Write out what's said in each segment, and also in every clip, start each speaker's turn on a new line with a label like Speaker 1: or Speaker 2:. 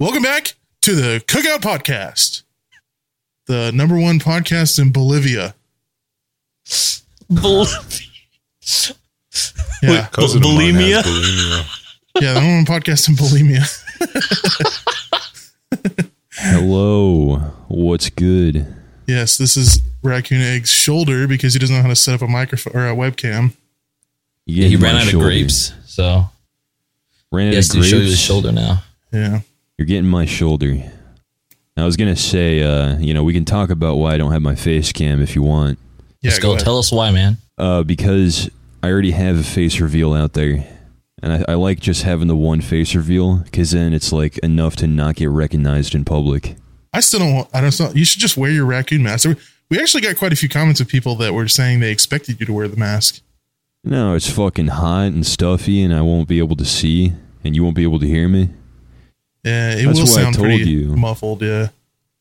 Speaker 1: Welcome back to the Cookout Podcast, the number one podcast in Bolivia.
Speaker 2: Bul-
Speaker 1: Yeah,
Speaker 3: Cousin of mine
Speaker 2: bulimia?
Speaker 3: has bulimia.
Speaker 1: yeah, the number one podcast in Bolivia.
Speaker 4: Hello, what's good?
Speaker 1: Yes, this is Raccoon Egg's shoulder because he doesn't know how to set up a microphone or a webcam.
Speaker 4: You
Speaker 2: he
Speaker 4: gave me
Speaker 2: ran
Speaker 4: my
Speaker 2: out
Speaker 4: shoulder.
Speaker 2: of grapes, so
Speaker 4: Ran
Speaker 2: he
Speaker 4: out
Speaker 2: has
Speaker 4: of
Speaker 2: to
Speaker 4: grapes.
Speaker 2: show you his shoulder now.
Speaker 1: Yeah,
Speaker 4: You're getting my shoulder. I was gonna say, uh, you know, we can talk about why I don't have my face cam if you want,
Speaker 1: yeah.
Speaker 2: Let's
Speaker 1: go
Speaker 2: go.
Speaker 1: ahead.
Speaker 2: Tell us why, man.
Speaker 4: uh, because I already have a face reveal out there, and I, I like just having the one face reveal because then it's like enough to not get recognized in public.
Speaker 1: I still don't. Want, I don't. know. You should just wear your raccoon mask. We- We actually got quite a few comments of people that were saying they expected you to wear the mask.
Speaker 4: No, it's fucking hot and stuffy, and I won't be able to see, and you won't be able to hear me.
Speaker 1: Yeah, it
Speaker 4: That's
Speaker 1: will
Speaker 4: what I
Speaker 1: sound
Speaker 4: told
Speaker 1: pretty
Speaker 4: you.
Speaker 1: muffled. Yeah,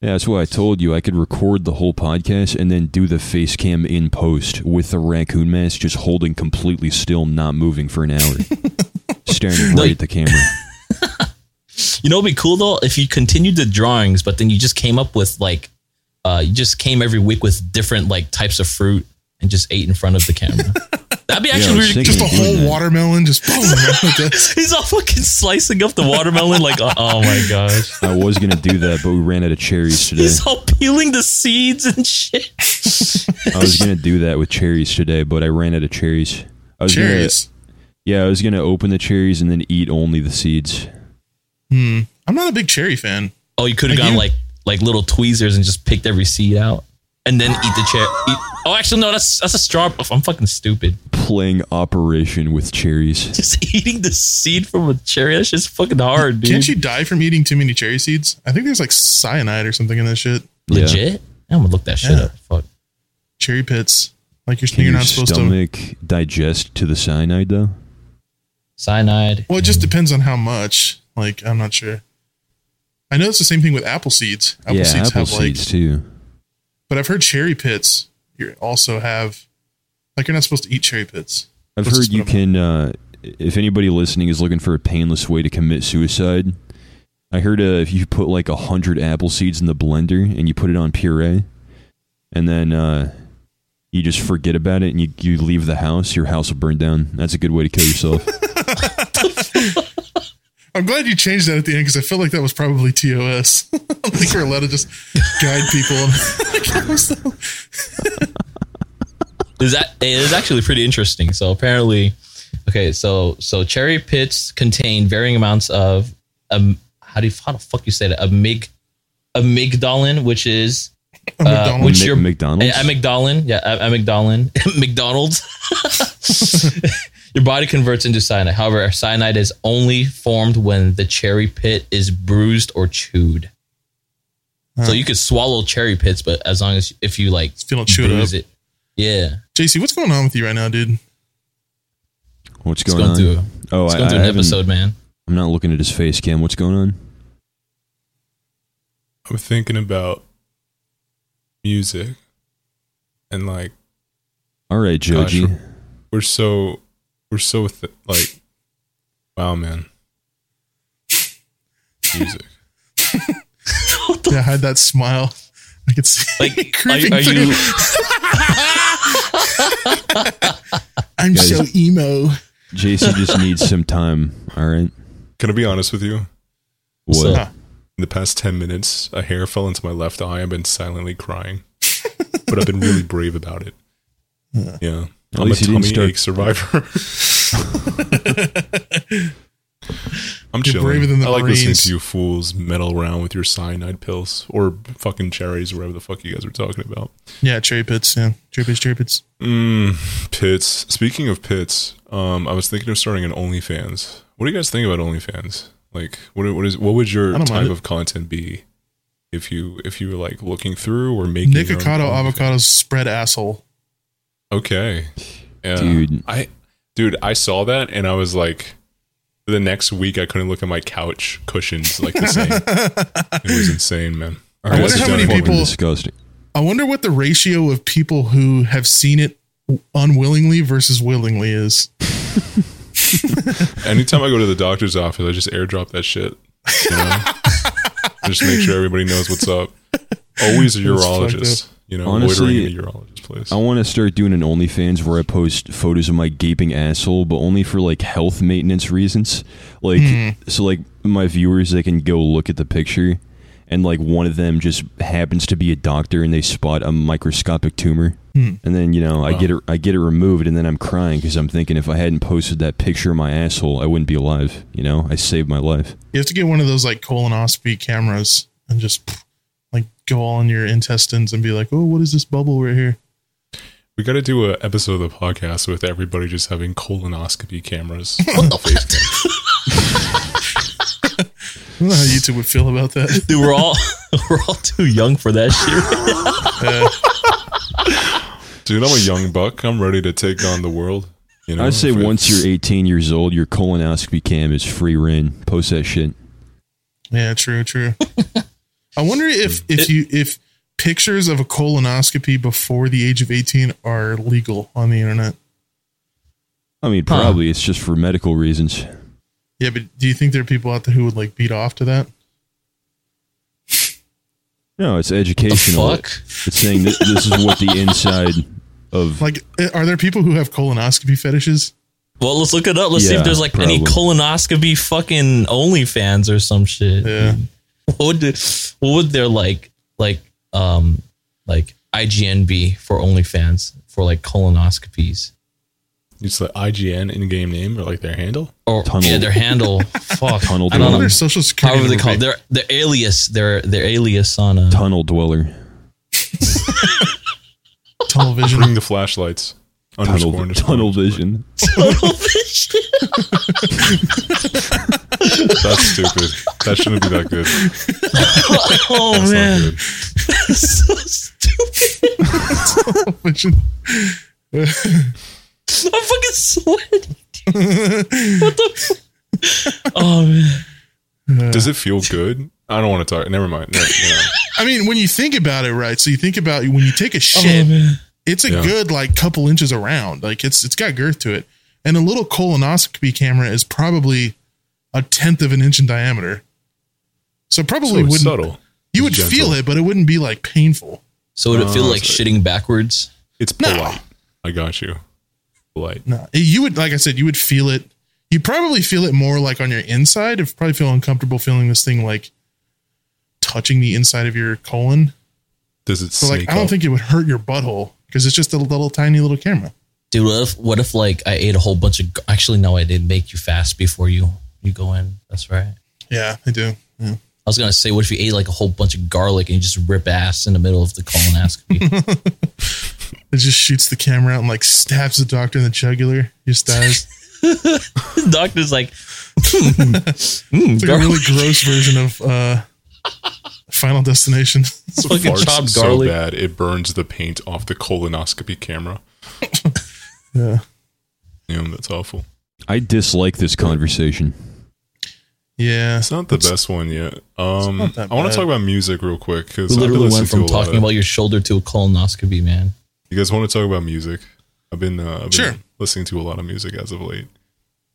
Speaker 4: Yeah, that's why I told you I could record the whole podcast and then do the face cam in post with the raccoon mask just holding completely still, not moving for an hour, staring
Speaker 2: No,
Speaker 4: right
Speaker 2: you-
Speaker 4: at the camera.
Speaker 2: You know, it'd be cool though if you continued the drawings, but then you just came up with like, uh, you just came every week with different like types of fruit and just ate in front of the camera. That'd be
Speaker 4: I
Speaker 2: actually
Speaker 4: was
Speaker 2: really
Speaker 4: thinking-
Speaker 1: just a
Speaker 4: You're doing
Speaker 1: whole
Speaker 4: that.
Speaker 1: watermelon, just boom. like that.
Speaker 2: He's all fucking slicing up the watermelon like, uh, oh my gosh.
Speaker 4: I was gonna do that, but we ran out of cherries today.
Speaker 2: He's all peeling the seeds and shit.
Speaker 4: I was gonna do that with cherries today, but I ran out of cherries. I was
Speaker 1: Cherries.
Speaker 4: Gonna, yeah, I was gonna open the cherries and then eat only the seeds.
Speaker 1: I'm not a big cherry fan.
Speaker 2: Oh, you could have
Speaker 1: Like
Speaker 2: gone
Speaker 1: you-
Speaker 2: like like little tweezers and just picked every seed out and then eat the cherry. eat- Oh, actually, no, that's that's a straw. I'm fucking stupid.
Speaker 4: Playing Operation with cherries.
Speaker 2: Just eating the seed from a cherry. That's just fucking hard, dude.
Speaker 1: Can't you die from eating too many cherry seeds? I think there's like cyanide or something in that shit.
Speaker 4: Yeah.
Speaker 2: Legit? I'm gonna look that shit
Speaker 1: Yeah.
Speaker 2: up. Fuck.
Speaker 1: Cherry pits. Like you're,
Speaker 4: Can
Speaker 1: you're
Speaker 4: your
Speaker 1: not supposed to.
Speaker 4: stomach digest to the cyanide though?
Speaker 2: Cyanide.
Speaker 1: Well, it just depends on how much. Like I'm not sure. I know it's the same thing with apple seeds. Apple
Speaker 4: yeah,
Speaker 1: seeds
Speaker 4: apple
Speaker 1: have like,
Speaker 4: seeds too.
Speaker 1: but I've heard cherry pits. You also have, like you're not supposed to eat cherry pits.
Speaker 4: I've
Speaker 1: Let's
Speaker 4: heard
Speaker 1: just
Speaker 4: you
Speaker 1: put 'em
Speaker 4: can. Uh, if anybody listening is looking for a painless way to commit suicide, I heard uh, if you put like a hundred apple seeds in the blender and you put it on puree, and then uh, you just forget about it and you, you leave the house, your house will burn down. That's a good way to kill yourself.
Speaker 1: I'm glad you changed that at the end because I feel like that was probably TOS. I don't think we're allowed to just guide people.
Speaker 2: Is that it is actually pretty interesting. So apparently, okay, so so cherry pits contain varying amounts of um how do you how the fuck you say that? Amyg amygdalin, which is
Speaker 4: Uh,
Speaker 1: A McDonald's.
Speaker 2: which
Speaker 4: Mc-
Speaker 2: your-
Speaker 4: McDonald's.
Speaker 2: A- amygdalin, yeah, a- amygdalin, McDonald's. Your body converts into cyanide. However, cyanide is only formed when the cherry pit is bruised or chewed. So you could swallow cherry pits, but as long as if you like
Speaker 1: If you don't chew it
Speaker 2: bruise
Speaker 1: up.
Speaker 2: it, yeah,
Speaker 1: JC, what's going on with you right now, dude?
Speaker 4: What's
Speaker 2: it's
Speaker 4: going
Speaker 2: going
Speaker 4: on?
Speaker 2: through.
Speaker 4: oh,
Speaker 2: It's
Speaker 4: I,
Speaker 2: going
Speaker 4: I
Speaker 2: through an
Speaker 4: haven't-
Speaker 2: episode, man.
Speaker 4: I'm not looking at his face cam. What's going on?
Speaker 3: I'm thinking about music and like
Speaker 4: All right,
Speaker 3: Gosh,
Speaker 4: Joji.
Speaker 3: we're so we're so th- like wow man music
Speaker 1: Yeah, hide that smile. I could see
Speaker 2: Like,
Speaker 1: it
Speaker 2: are,
Speaker 1: creeping
Speaker 2: are
Speaker 1: through.
Speaker 2: you?
Speaker 1: I'm
Speaker 4: Guys.
Speaker 1: so emo.
Speaker 4: JC just needs some time. All right.
Speaker 3: can i be honest with you
Speaker 4: What?
Speaker 2: So-
Speaker 3: in the past 10 minutes a hair fell into my left eye i've been silently crying but i've been really brave about it yeah
Speaker 4: At
Speaker 3: i'm a
Speaker 4: least you didn't
Speaker 3: tummy
Speaker 4: start-
Speaker 3: ache survivor i'm
Speaker 1: You're
Speaker 3: chilling
Speaker 1: braver than the
Speaker 3: i like listening
Speaker 1: Marines.
Speaker 3: to you fools meddle around with your cyanide pills or fucking cherries or whatever the fuck you guys were talking about
Speaker 1: Yeah, cherry pits. Yeah, cherry pits. Cherry pits.
Speaker 3: Mm, pits. Speaking of pits, um, I was thinking of starting an OnlyFans. What do you guys think about OnlyFans? Like, what what is what would your
Speaker 1: I don't
Speaker 3: type
Speaker 1: mind it.
Speaker 3: of content be if you if you were like looking through or making your own
Speaker 1: Nikocado
Speaker 3: OnlyFans?
Speaker 1: avocados spread asshole.
Speaker 3: Okay, yeah.
Speaker 4: Dude.
Speaker 3: I dude, I saw that and I was like, the next week I couldn't look at my couch cushions like the same. it was insane, man.
Speaker 4: All
Speaker 1: I
Speaker 4: right,
Speaker 1: wonder
Speaker 4: this
Speaker 1: how
Speaker 4: is
Speaker 1: many
Speaker 4: fucking
Speaker 1: people-
Speaker 4: Disgusting.
Speaker 1: I wonder what the ratio of people who have seen it unwillingly versus willingly is.
Speaker 3: Anytime I go to the doctor's office, I just airdrop that shit. You know? Just make sure everybody knows what's up. Always a
Speaker 1: That's fucked
Speaker 3: urologist. You know,
Speaker 4: Honestly,
Speaker 3: loitering in a urologist place.
Speaker 4: I want to start doing an OnlyFans where I post photos of my gaping asshole, but only for like health maintenance reasons. Like, so like my viewers, they can go look at the picture, and like one of them just happens to be a doctor, and they spot a microscopic tumor, and then you know I get it, I get it removed, and then I'm crying because I'm thinking if I hadn't posted that picture of my asshole, I wouldn't be alive. You know, I saved my life.
Speaker 1: You have to get one of those like colonoscopy cameras and just like go all in your intestines and be like, oh, what is this bubble right here?
Speaker 3: we got to do a episode of the podcast with everybody just having colonoscopy cameras.
Speaker 1: I don't know how YouTube would feel about that.
Speaker 2: Dude, we're all we're all too young for that shit.
Speaker 3: Dude, I'm a young buck. I'm ready to take on the world. You know,
Speaker 4: I'd say
Speaker 3: if it-
Speaker 4: once you're 18 years old, your colonoscopy cam is free reign. Post that shit.
Speaker 1: Yeah, true, true. I wonder if if you if pictures of a colonoscopy before the age of eighteen are legal on the internet.
Speaker 4: I mean,
Speaker 2: Huh.
Speaker 4: probably it's just for medical reasons.
Speaker 1: Yeah, but do you think there are people out there who would like beat off to that?
Speaker 4: No, it's educational.
Speaker 2: fuck?
Speaker 4: It's saying that this is what the inside of.
Speaker 1: Like, eh, are there people who have colonoscopy fetishes?
Speaker 2: Well, let's look it up. Let's see
Speaker 4: Yeah,
Speaker 2: if there's like any
Speaker 4: probably.
Speaker 2: colonoscopy fucking OnlyFans or some shit.
Speaker 1: Yeah,
Speaker 2: What would the- what would their like like um like IGN be for OnlyFans for like colonoscopies
Speaker 3: it's the IGN in-game name or like their handle.
Speaker 2: or
Speaker 4: Tunnel.
Speaker 2: yeah their handle fuck
Speaker 4: Tunnel
Speaker 2: I
Speaker 1: I
Speaker 2: don't
Speaker 1: wonder
Speaker 2: know
Speaker 1: if social security.
Speaker 2: however they
Speaker 1: would
Speaker 2: call it
Speaker 1: be-
Speaker 2: their their alias their their alias on uh, a
Speaker 4: Tunnel dweller.
Speaker 1: television.
Speaker 3: Bring the flashlights. Underscore,
Speaker 4: Tunnel,
Speaker 3: underscore.
Speaker 4: tunnel vision.
Speaker 3: That's stupid. That shouldn't be that good. That's
Speaker 2: oh
Speaker 3: not
Speaker 2: man
Speaker 3: good.
Speaker 2: so stupid
Speaker 1: television.
Speaker 2: I'm fucking sweating dude. what the oh man
Speaker 3: Does it feel good? I don't want to talk. Never mind. No, you know.
Speaker 1: I mean, when you think about it, right? So you think about when you take a
Speaker 2: oh
Speaker 1: shit,
Speaker 2: man
Speaker 1: it's a
Speaker 3: Yeah.
Speaker 1: good like couple inches around. Like it's it's got girth to it, and a little colonoscopy camera is probably a tenth of an inch in diameter. So probably
Speaker 3: So
Speaker 1: wouldn't
Speaker 3: it's subtle.
Speaker 1: you would
Speaker 3: Gentle.
Speaker 1: feel it, but it wouldn't be like painful.
Speaker 2: so would it feel
Speaker 3: Oh,
Speaker 2: like
Speaker 3: sorry.
Speaker 2: shitting backwards
Speaker 3: It's
Speaker 1: No.
Speaker 3: polite. I got you. Polite.
Speaker 1: No, you would like I said, you would feel it. You probably feel it more like on your inside. If probably feel uncomfortable feeling this thing like touching the inside of your colon.
Speaker 3: Does it
Speaker 1: So
Speaker 3: snake
Speaker 1: like I don't
Speaker 3: up?
Speaker 1: think it would hurt your butthole because it's just a little tiny little camera.
Speaker 2: Dude, what if, what if like I ate a whole bunch of? Actually, no, I did make you fast before you you go in. That's right.
Speaker 1: Yeah, I do. Yeah.
Speaker 2: I was gonna say, what if you ate like a whole bunch of garlic and you just rip ass in the middle of the colonoscopy?
Speaker 1: It just shoots the camera out and like stabs the doctor in the jugular. He just dies.
Speaker 2: the doctor's like, hmm, hmm,
Speaker 1: It's like a
Speaker 2: garlic,
Speaker 1: really gross version of uh, Final Destination.
Speaker 3: It's
Speaker 2: fucking
Speaker 3: farts
Speaker 2: chopped
Speaker 3: so
Speaker 2: garlic.
Speaker 3: bad it burns the paint off the colonoscopy camera.
Speaker 1: yeah.
Speaker 3: Damn, that's awful.
Speaker 4: I dislike this conversation.
Speaker 1: Yeah.
Speaker 3: It's not the best one yet. Um,
Speaker 1: not that
Speaker 3: I want
Speaker 1: bad.
Speaker 3: to talk about music real quick
Speaker 2: We
Speaker 3: because
Speaker 2: literally went from
Speaker 3: to a lot
Speaker 2: talking
Speaker 3: of-
Speaker 2: about your shoulder to a colonoscopy, man.
Speaker 3: You guys want to talk about music? I've been, uh, I've been
Speaker 1: Sure.
Speaker 3: listening to a lot of music as of late.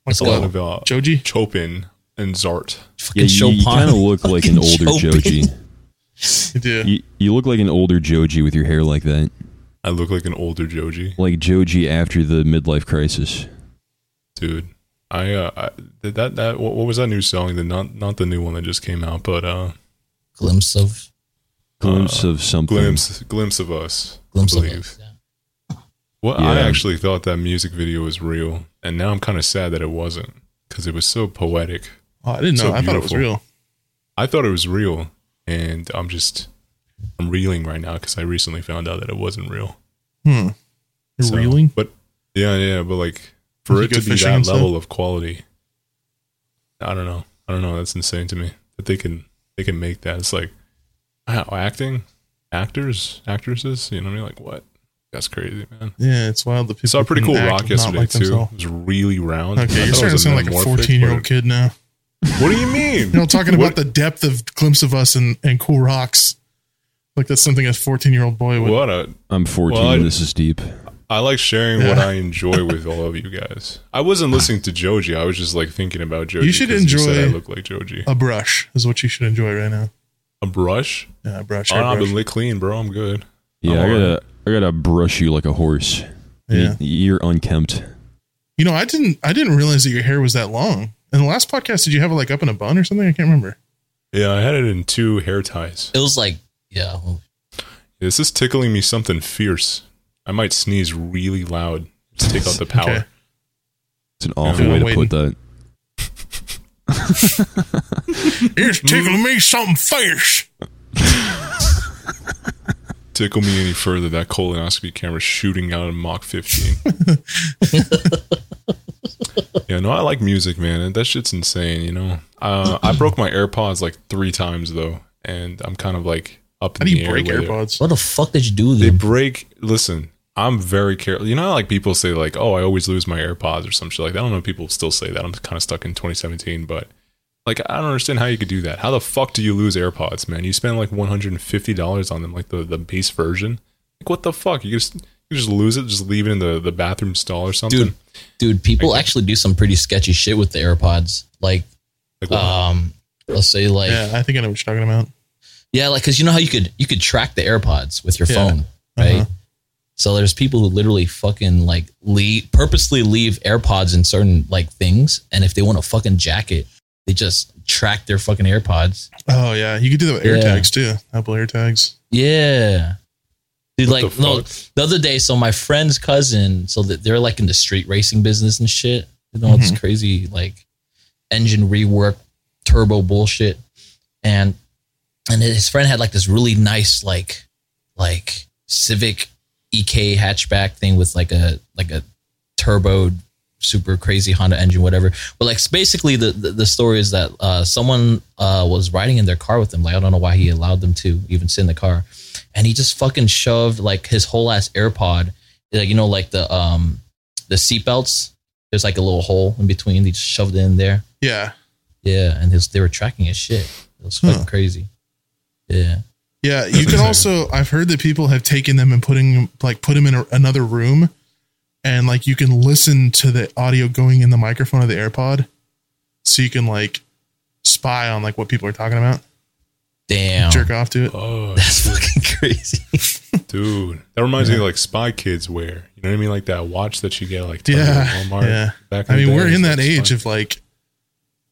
Speaker 1: What's
Speaker 3: A
Speaker 2: Go.
Speaker 3: lot of uh,
Speaker 1: Joji?
Speaker 3: Chopin and Zart.
Speaker 4: Yeah,
Speaker 2: Fucking
Speaker 4: you, you
Speaker 2: Chopin.
Speaker 4: kind of look like an older
Speaker 2: Chopin.
Speaker 4: Joji.
Speaker 1: You do.
Speaker 4: You, you look like an older Joji with your hair like that,
Speaker 3: I look like an older Joji,
Speaker 4: like Joji after the midlife crisis.
Speaker 3: dude. I, uh, I did that that what, what was that new song? The not not the new one that just came out, but uh,
Speaker 2: glimpse of
Speaker 4: Glimpse of something.
Speaker 3: glimpse glimpse of us.
Speaker 2: glimpse
Speaker 3: I
Speaker 2: of.
Speaker 3: believe.
Speaker 2: Us, yeah.
Speaker 3: Well, I
Speaker 4: Yeah.
Speaker 3: actually thought that music video was real, and now I'm kind of sad that it wasn't because it was so poetic.
Speaker 1: Oh, I didn't know.
Speaker 3: So
Speaker 1: I thought it was
Speaker 3: beautiful.
Speaker 1: real.
Speaker 3: I thought it was real, and I'm just I'm reeling right now because I recently found out that it wasn't real.
Speaker 1: Hmm. You're
Speaker 3: So-
Speaker 1: reeling?
Speaker 3: but yeah, yeah, but like for
Speaker 1: You
Speaker 3: it
Speaker 1: go
Speaker 3: to be
Speaker 1: fishing
Speaker 3: that
Speaker 1: and stuff?
Speaker 3: level of quality, I don't know. I don't know. That's insane to me that they can they can make that. It's like wow, acting, actors, actresses. You know what I mean? Like what? That's crazy, man.
Speaker 1: Yeah, it's wild. The people
Speaker 3: saw a pretty
Speaker 1: can
Speaker 3: cool
Speaker 1: act
Speaker 3: rock
Speaker 1: not
Speaker 3: yesterday
Speaker 1: like
Speaker 3: too.
Speaker 1: themselves.
Speaker 3: It was really round. I
Speaker 1: Okay, you're
Speaker 3: thought it
Speaker 1: starting to
Speaker 3: was
Speaker 1: sound like a
Speaker 3: metamorphic,
Speaker 1: 14 year old
Speaker 3: but-
Speaker 1: kid now.
Speaker 3: What do you mean?
Speaker 1: You know, talking
Speaker 3: What-
Speaker 1: about the depth of glimpse of us and, and cool rocks. Like that's something a 14 year old boy would.
Speaker 3: What a
Speaker 4: I'm 14.
Speaker 3: Well, I-
Speaker 4: this is deep.
Speaker 3: I like sharing what
Speaker 1: Yeah.
Speaker 3: I enjoy with all of you guys. I wasn't listening to Joji. I was just like thinking about Joji.
Speaker 1: should
Speaker 3: 'cause said
Speaker 1: enjoy-
Speaker 3: I look like Joji.
Speaker 1: A brush is what you should enjoy right now.
Speaker 3: A brush?
Speaker 1: Yeah, brush.
Speaker 3: Oh,
Speaker 1: hair
Speaker 3: I've been
Speaker 1: brush.
Speaker 3: lick clean, bro. I'm good.
Speaker 4: Yeah, I
Speaker 3: Oh,
Speaker 4: gotta, I gotta brush you like a horse.
Speaker 1: Yeah.
Speaker 4: You, you're unkempt.
Speaker 1: You know, I didn't I didn't realize that your hair was that long. In the last podcast, did you have it like up in a bun or something? I can't remember.
Speaker 3: Yeah, I had it in two hair ties.
Speaker 2: It was like, yeah,
Speaker 3: This is tickling me something fierce. I might sneeze really loud to take out the power.
Speaker 1: Okay.
Speaker 4: It's an awful
Speaker 1: Yeah,
Speaker 4: way
Speaker 1: I'm
Speaker 4: to
Speaker 1: waiting.
Speaker 4: put that.
Speaker 1: It's tickling me something fierce.
Speaker 3: Tickle me any further, that colonoscopy camera's shooting out at Mach 15. yeah, no, I like music, man. and That shit's insane, you know? Uh, I broke my AirPods like three times, though, and I'm kind of like up
Speaker 1: How
Speaker 3: in
Speaker 1: do
Speaker 3: the
Speaker 1: you
Speaker 3: air.
Speaker 1: break
Speaker 3: whether-
Speaker 1: AirPods?
Speaker 2: what the fuck did you do?
Speaker 3: They
Speaker 2: Then?
Speaker 3: break. Listen, I'm very careful. You know, how, like people say, like, "Oh, I always lose my AirPods" or some shit like that. I don't know. if People still say that. I'm kind of stuck in 2017, but like, I don't understand how you could do that. How the fuck do you lose AirPods, man? You spend like 150 dollars on them, like the the base version. Like, what the fuck? You just you just lose it, just leave it in the the bathroom stall or something.
Speaker 2: Dude, dude, people actually do some pretty sketchy shit with the AirPods. Like,
Speaker 3: like,
Speaker 1: uh,
Speaker 3: what?
Speaker 2: um, let's say like,
Speaker 1: Yeah,
Speaker 2: yeah,
Speaker 1: I think I know what you're talking about.
Speaker 2: like, cause you know how you could, you could track the AirPods with your
Speaker 1: Yeah.
Speaker 2: phone, right?
Speaker 1: Uh-huh.
Speaker 2: So there's people who literally fucking like leave, purposely leave AirPods in certain like things. And if they want to fucking jack it, they just track their fucking AirPods.
Speaker 1: Oh yeah, you could do that with
Speaker 2: Yeah.
Speaker 1: AirTags too. Apple AirTags.
Speaker 2: Yeah. Dude,
Speaker 3: What
Speaker 2: like
Speaker 3: the
Speaker 2: no, the other day, so my friend's cousin, so that they're like in the street racing business and shit. You know, all
Speaker 3: Mm-hmm.
Speaker 2: this crazy like engine rework, turbo bullshit, and and his friend had like this really nice like like Civic EK hatchback thing with like a like a turbo super crazy Honda engine, whatever. But like basically the the, the story is that uh, someone uh, was riding in their car with him. Like I don't know why he allowed them to even sit in the car, and he just fucking shoved like his whole ass AirPod, like you know like the um the seatbelts. There's like a little hole in between. They just shoved it in there.
Speaker 1: Yeah,
Speaker 2: Yeah, and his, they were tracking his shit. It was fucking
Speaker 1: Huh.
Speaker 2: crazy. Yeah.
Speaker 1: yeah. You can also. I've heard that people have taken them and putting them- like put them in a, another room, and like you can listen to the audio going in the microphone of the AirPod, so you can like spy on like what people are talking about,
Speaker 2: Damn.
Speaker 1: jerk off to it.
Speaker 3: oh,
Speaker 2: That's fucking crazy.
Speaker 3: dude, that reminds me of like Spy Kids wear. You know what I mean? Like that watch that you get like Target,
Speaker 1: Yeah,
Speaker 3: Walmart.
Speaker 1: yeah.
Speaker 3: Back
Speaker 1: I
Speaker 3: the
Speaker 1: mean,
Speaker 3: day,
Speaker 1: we're
Speaker 3: it's
Speaker 1: in
Speaker 3: like
Speaker 1: that age
Speaker 3: Spy-
Speaker 1: of like,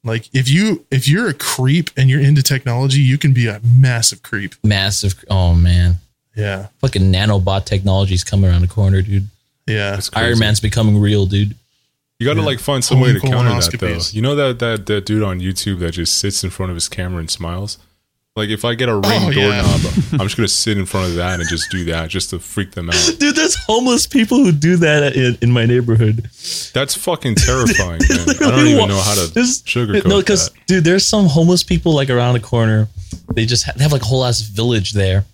Speaker 1: like if you if you're a creep and you're into technology, you can be a massive creep.
Speaker 2: Massive. Oh man.
Speaker 1: Yeah,
Speaker 2: Fucking nanobot technology's coming around the corner, dude.
Speaker 1: yeah.
Speaker 3: It's crazy.
Speaker 2: Iron Man's becoming real, dude.
Speaker 3: You got to like find some
Speaker 1: Only
Speaker 3: way to counter that though.
Speaker 1: colonoscopies.
Speaker 3: You know that that that dude on YouTube that just sits in front of his camera and smiles. Like if I get a ring
Speaker 1: Oh, yeah.
Speaker 3: doorknob, I'm just gonna sit in front of that and just do that just to freak them out.
Speaker 2: Dude, there's homeless people who do that in, in my neighborhood.
Speaker 3: That's fucking terrifying. man. I don't even know how to
Speaker 2: There's-
Speaker 3: sugarcoat
Speaker 2: No,
Speaker 3: that.
Speaker 2: because dude, there's some homeless people like around the corner. They just ha- they have like a whole ass village there,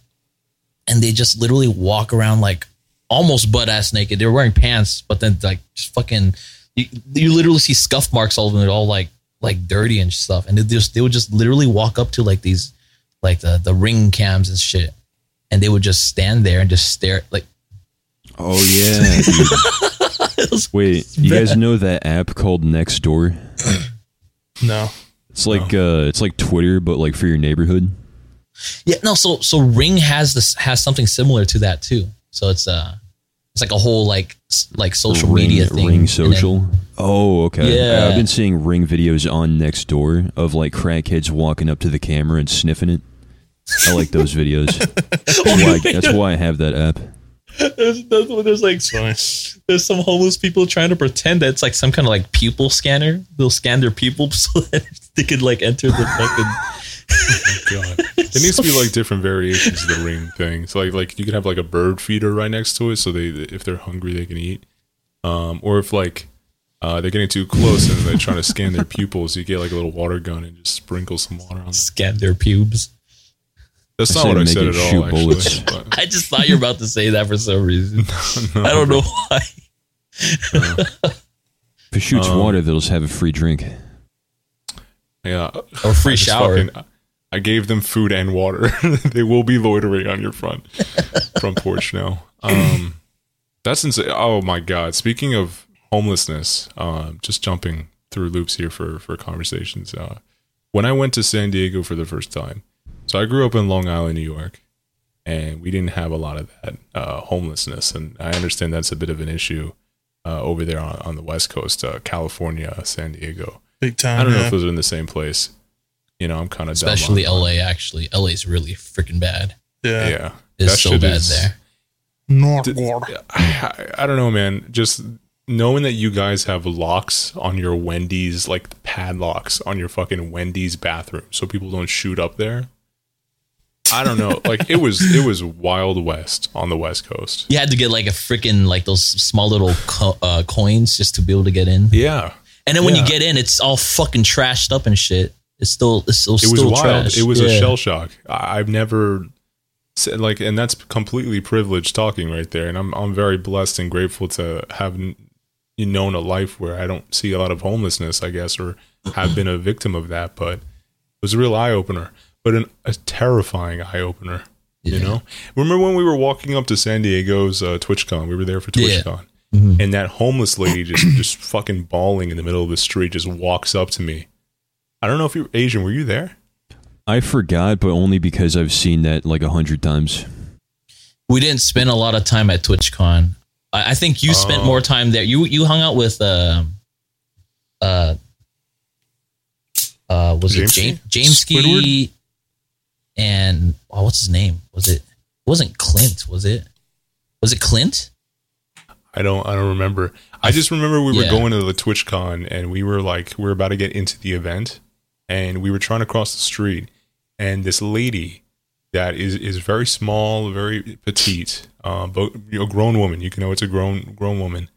Speaker 2: and they just literally walk around like almost butt ass naked. They're wearing pants, but then like just fucking you, you literally see scuff marks all over them. They're all like like dirty and stuff. And they just they would just literally walk up to like these like the the ring cams and shit, and they would just stand there and just stare like
Speaker 4: Oh yeah. Wait, you guys know that app called Nextdoor?
Speaker 1: No,
Speaker 4: It's like uh, it's like Twitter, but like for your neighborhood.
Speaker 2: Yeah, no. So so Ring has this has something similar to that too. So it's uh it's like a whole like s- like social
Speaker 4: Ring,
Speaker 2: media thing.
Speaker 4: Ring
Speaker 2: And
Speaker 4: social. oh, okay.
Speaker 2: Yeah.
Speaker 4: I've been seeing Ring videos on Nextdoor of like crackheads walking up to the camera and sniffing it. I like those videos. That's why I, that's why I have that app.
Speaker 2: then- There's, there's, there's like
Speaker 1: funny.
Speaker 2: there's some homeless people trying to pretend that it's like some kind of like pupil scanner. They'll scan their pupil so that they could like enter the fucking.
Speaker 3: Oh, God. It needs to be like different variations of the ring thing. So like like you could have like a bird feeder right next to it, so they if they're hungry they can eat. Um, or if like uh, they're getting too close and they're trying to scan their pupils, you get like a little water gun and just sprinkle some water on them.
Speaker 2: scan their pubes.
Speaker 3: That's
Speaker 4: I
Speaker 3: not
Speaker 4: said
Speaker 3: what I
Speaker 4: make
Speaker 3: said
Speaker 4: it
Speaker 3: at all.
Speaker 4: shoot
Speaker 3: Actually,
Speaker 4: bullets.
Speaker 3: but-
Speaker 2: I just thought you were about to say that for some reason. I don't know why.
Speaker 4: If it shoots water, they'll just have a free drink.
Speaker 3: yeah,
Speaker 2: Or free
Speaker 3: I just
Speaker 2: shower.
Speaker 3: fucking- I gave them food and water. they will be loitering on your front front porch now. Um, that's insane. Oh my god! Speaking of homelessness, um, just jumping Uh, through loops here for for conversations. Uh, when I went to San Diego for the first time, So I grew up in Long Island, New York, and we didn't have a lot of that uh, homelessness. And I understand that's a bit of an issue uh, over there on, on the West Coast, uh, California, San Diego.
Speaker 1: Big time.
Speaker 3: I don't know
Speaker 1: yeah.
Speaker 3: if those are in the same place. You know, I'm kind of
Speaker 2: especially LA. Actually, LA's really freaking bad.
Speaker 1: yeah.
Speaker 3: Yeah,
Speaker 2: It's
Speaker 3: That
Speaker 2: so
Speaker 3: shit
Speaker 2: bad
Speaker 3: is-
Speaker 2: there.
Speaker 1: North
Speaker 3: Did- I, I don't know, man. Just knowing that you guys have locks on your Wendy's, like padlocks on your fucking Wendy's bathroom, so people don't shoot up there. I don't know. like it was, it was wild west on the west coast.
Speaker 2: You had to get like a freaking like those small little co- uh, coins just to be able to get in.
Speaker 3: Yeah,
Speaker 2: And then when
Speaker 3: Yeah.
Speaker 2: you get in, it's all fucking trashed up and shit. It's still it's still
Speaker 3: it was
Speaker 2: still
Speaker 3: wild.
Speaker 2: trash.
Speaker 3: It was a
Speaker 2: Yeah.
Speaker 3: shell shock. I, I've never said like, and that's completely privileged talking right there. And I'm I'm very blessed and grateful to have n- known a life where I don't see a lot of homelessness, I guess, or have been a victim of that. But it was a real eye opener, but an, a terrifying eye opener. You
Speaker 2: Yeah.
Speaker 3: know, remember when we were walking up to San Diego's uh, TwitchCon? We were there for
Speaker 2: Yeah. Mm-hmm.
Speaker 3: TwitchCon. And that homeless lady just just fucking bawling in the middle of the street just walks up to me. I don't know if you were Asian. Were you there?
Speaker 4: I forgot, but only because I've seen that like a hundred times.
Speaker 2: We didn't spend a lot of time at TwitchCon. I, I think you spent
Speaker 3: Oh.
Speaker 2: more time there. You you hung out with um uh uh was it
Speaker 3: Jameski?
Speaker 2: James Jameski
Speaker 1: Squidward?
Speaker 2: and oh, what's his name? Was it, it wasn't Clint, was it? Was it Clint?
Speaker 3: I don't I don't remember. I just remember we were
Speaker 2: Yeah.
Speaker 3: going to the TwitchCon and we were like we were about to get into the event and we were trying to cross the street and this lady that is is very small, very petite, uh, but a grown woman. You can know it's a grown grown woman.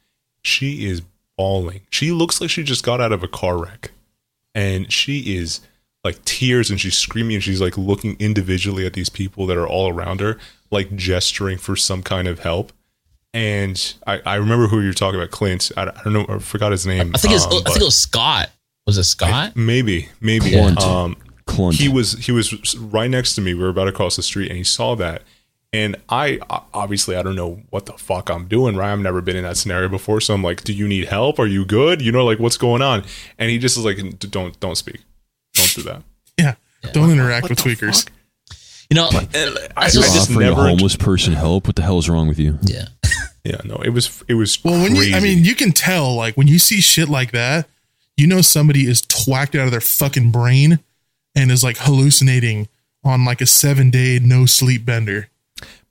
Speaker 3: She is bawling. She looks like she just got out of a car wreck, and she is like tears and she's screaming and she's like looking individually at these people that are all around her, like gesturing for some kind of help. And I, I remember who you're talking about, Clint. I, I don't know, I forgot his name.
Speaker 2: I think it's
Speaker 3: um,
Speaker 2: I think
Speaker 3: but
Speaker 2: it was Scott. Was it Scott?
Speaker 3: maybe, maybe.
Speaker 4: Clint.
Speaker 3: Um,
Speaker 4: Clunt.
Speaker 3: he was he was right next to me. We were about to cross the street, and he saw that. And I obviously I don't know what the fuck I'm doing. Right, I've never been in that scenario before, so I'm like, "Do you need help? Are you good? You know, like what's going on?" And he just is like, "D- "Don't don't speak, don't do that."
Speaker 1: Yeah. Don't interact with tweakers.
Speaker 2: you know, uh,
Speaker 3: And I, I
Speaker 2: You're
Speaker 3: just
Speaker 4: offering
Speaker 3: never.
Speaker 4: a homeless person help. What the hell is wrong with you?
Speaker 2: yeah.
Speaker 3: yeah, no, it was it was.
Speaker 1: Well, when
Speaker 3: crazy.
Speaker 1: you, I mean, you can tell, like, when you see shit like that, you know somebody is twacked out of their fucking brain and is like hallucinating on like a seven day no sleep bender.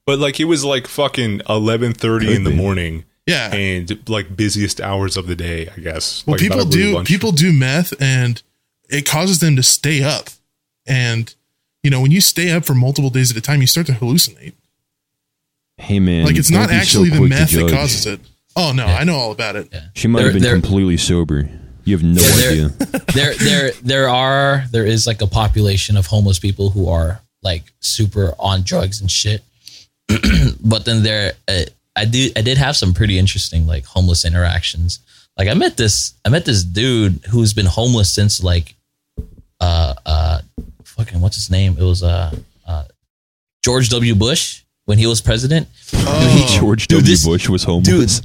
Speaker 3: but like it was like fucking 11:30 in the
Speaker 4: Could be.
Speaker 3: morning
Speaker 1: Yeah.
Speaker 3: and like busiest hours of the day, I guess.
Speaker 1: well,
Speaker 3: Like, about
Speaker 1: people
Speaker 3: to leave
Speaker 1: do
Speaker 3: lunch.
Speaker 1: people do meth, and it causes them to stay up. And you know, when you stay up for multiple days at a time, you start to hallucinate.
Speaker 4: Hey man,
Speaker 1: like it's
Speaker 4: don't
Speaker 1: not
Speaker 4: be so
Speaker 1: actually the
Speaker 4: quick to
Speaker 1: meth that
Speaker 4: judge.
Speaker 1: causes it. Oh no, I know all about it.
Speaker 4: She might
Speaker 2: There-
Speaker 4: have been
Speaker 2: there-
Speaker 4: completely sober. You have no
Speaker 2: Yeah, there-
Speaker 4: idea.
Speaker 2: there there there are there is like a population of homeless people who are like super on drugs and shit but then there uh, i do i did have some pretty interesting like homeless interactions like i met this i met this dude who's been homeless since like uh uh fucking what's his name it was uh uh george w bush when he was president
Speaker 3: Oh.
Speaker 4: George
Speaker 2: Dude,
Speaker 4: W.
Speaker 2: this-
Speaker 4: Bush was homeless.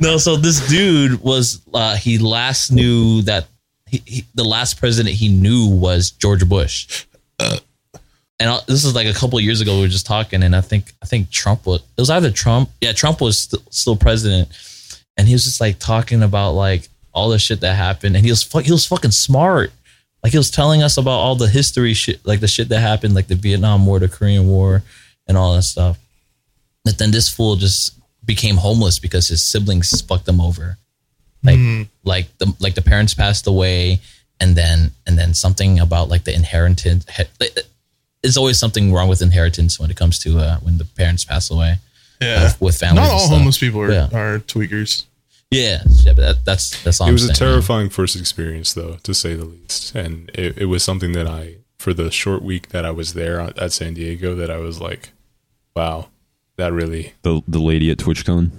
Speaker 2: no, so this dude was uh, he last knew that he, he, the last president he knew was George Bush. And I, this is like a couple of years ago. We were just talking, and I think I think Trump was it was either Trump, yeah, Trump was still still president, and he was just like talking about like all the shit that happened, and he was fu- he was fucking smart. Like he was telling us about all the history shit, like the shit that happened, like the Vietnam War, the Korean War, and all that stuff. But then this fool just became homeless because his siblings fucked him over. Like
Speaker 1: Hmm.
Speaker 2: like the like the parents passed away, and then and then something about like the inheritance. he- There's always something wrong with inheritance when it comes to uh, when the parents pass away
Speaker 1: Yeah,
Speaker 2: with families.
Speaker 1: not
Speaker 2: and
Speaker 1: all
Speaker 2: stuff.
Speaker 1: homeless people are,
Speaker 2: Yeah.
Speaker 1: are tweakers.
Speaker 2: Yeah, yeah, but that, that's that's all.
Speaker 3: it
Speaker 2: I'm
Speaker 3: was a
Speaker 2: saying.
Speaker 3: terrifying first experience though to say the least and it, it was something that i for the short week that i was there at at san diego that i was like wow that really
Speaker 4: The the lady at TwitchCon.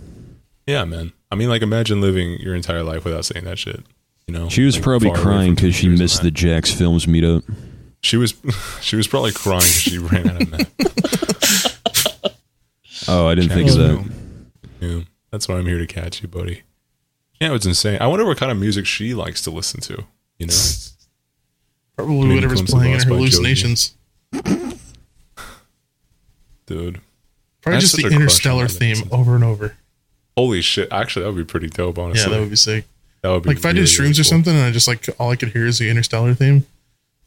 Speaker 3: yeah man i mean like imagine living your entire life without saying that shit you know
Speaker 4: She was
Speaker 3: Like,
Speaker 4: probably
Speaker 3: far away
Speaker 4: crying
Speaker 3: from
Speaker 4: because she
Speaker 3: computers and
Speaker 4: missed
Speaker 3: that.
Speaker 4: the Jax Films meetup.
Speaker 3: she was she was probably crying 'cause she ran out of meth
Speaker 4: Oh, I didn't think of that.
Speaker 3: yeah that's why i'm here to catch you buddy yeah it's insane i wonder what kind of music she likes to listen to you know
Speaker 1: Probably
Speaker 3: Maybe
Speaker 1: whatever's
Speaker 3: Clemson
Speaker 1: playing in
Speaker 3: lost
Speaker 1: her
Speaker 3: by Joey.
Speaker 1: hallucinations.
Speaker 3: dude.
Speaker 1: Probably
Speaker 3: That's
Speaker 1: just
Speaker 3: such
Speaker 1: the
Speaker 3: a crush on
Speaker 1: interstellar
Speaker 3: that
Speaker 1: theme
Speaker 3: episode.
Speaker 1: over and over.
Speaker 3: Holy shit! Actually, that would be pretty dope. Honestly,
Speaker 1: yeah, that would be sick.
Speaker 3: that would be
Speaker 1: Like if I did
Speaker 3: really,
Speaker 1: shrooms
Speaker 3: really
Speaker 1: or
Speaker 3: cool.
Speaker 1: something, and I just like all I could hear is the interstellar theme,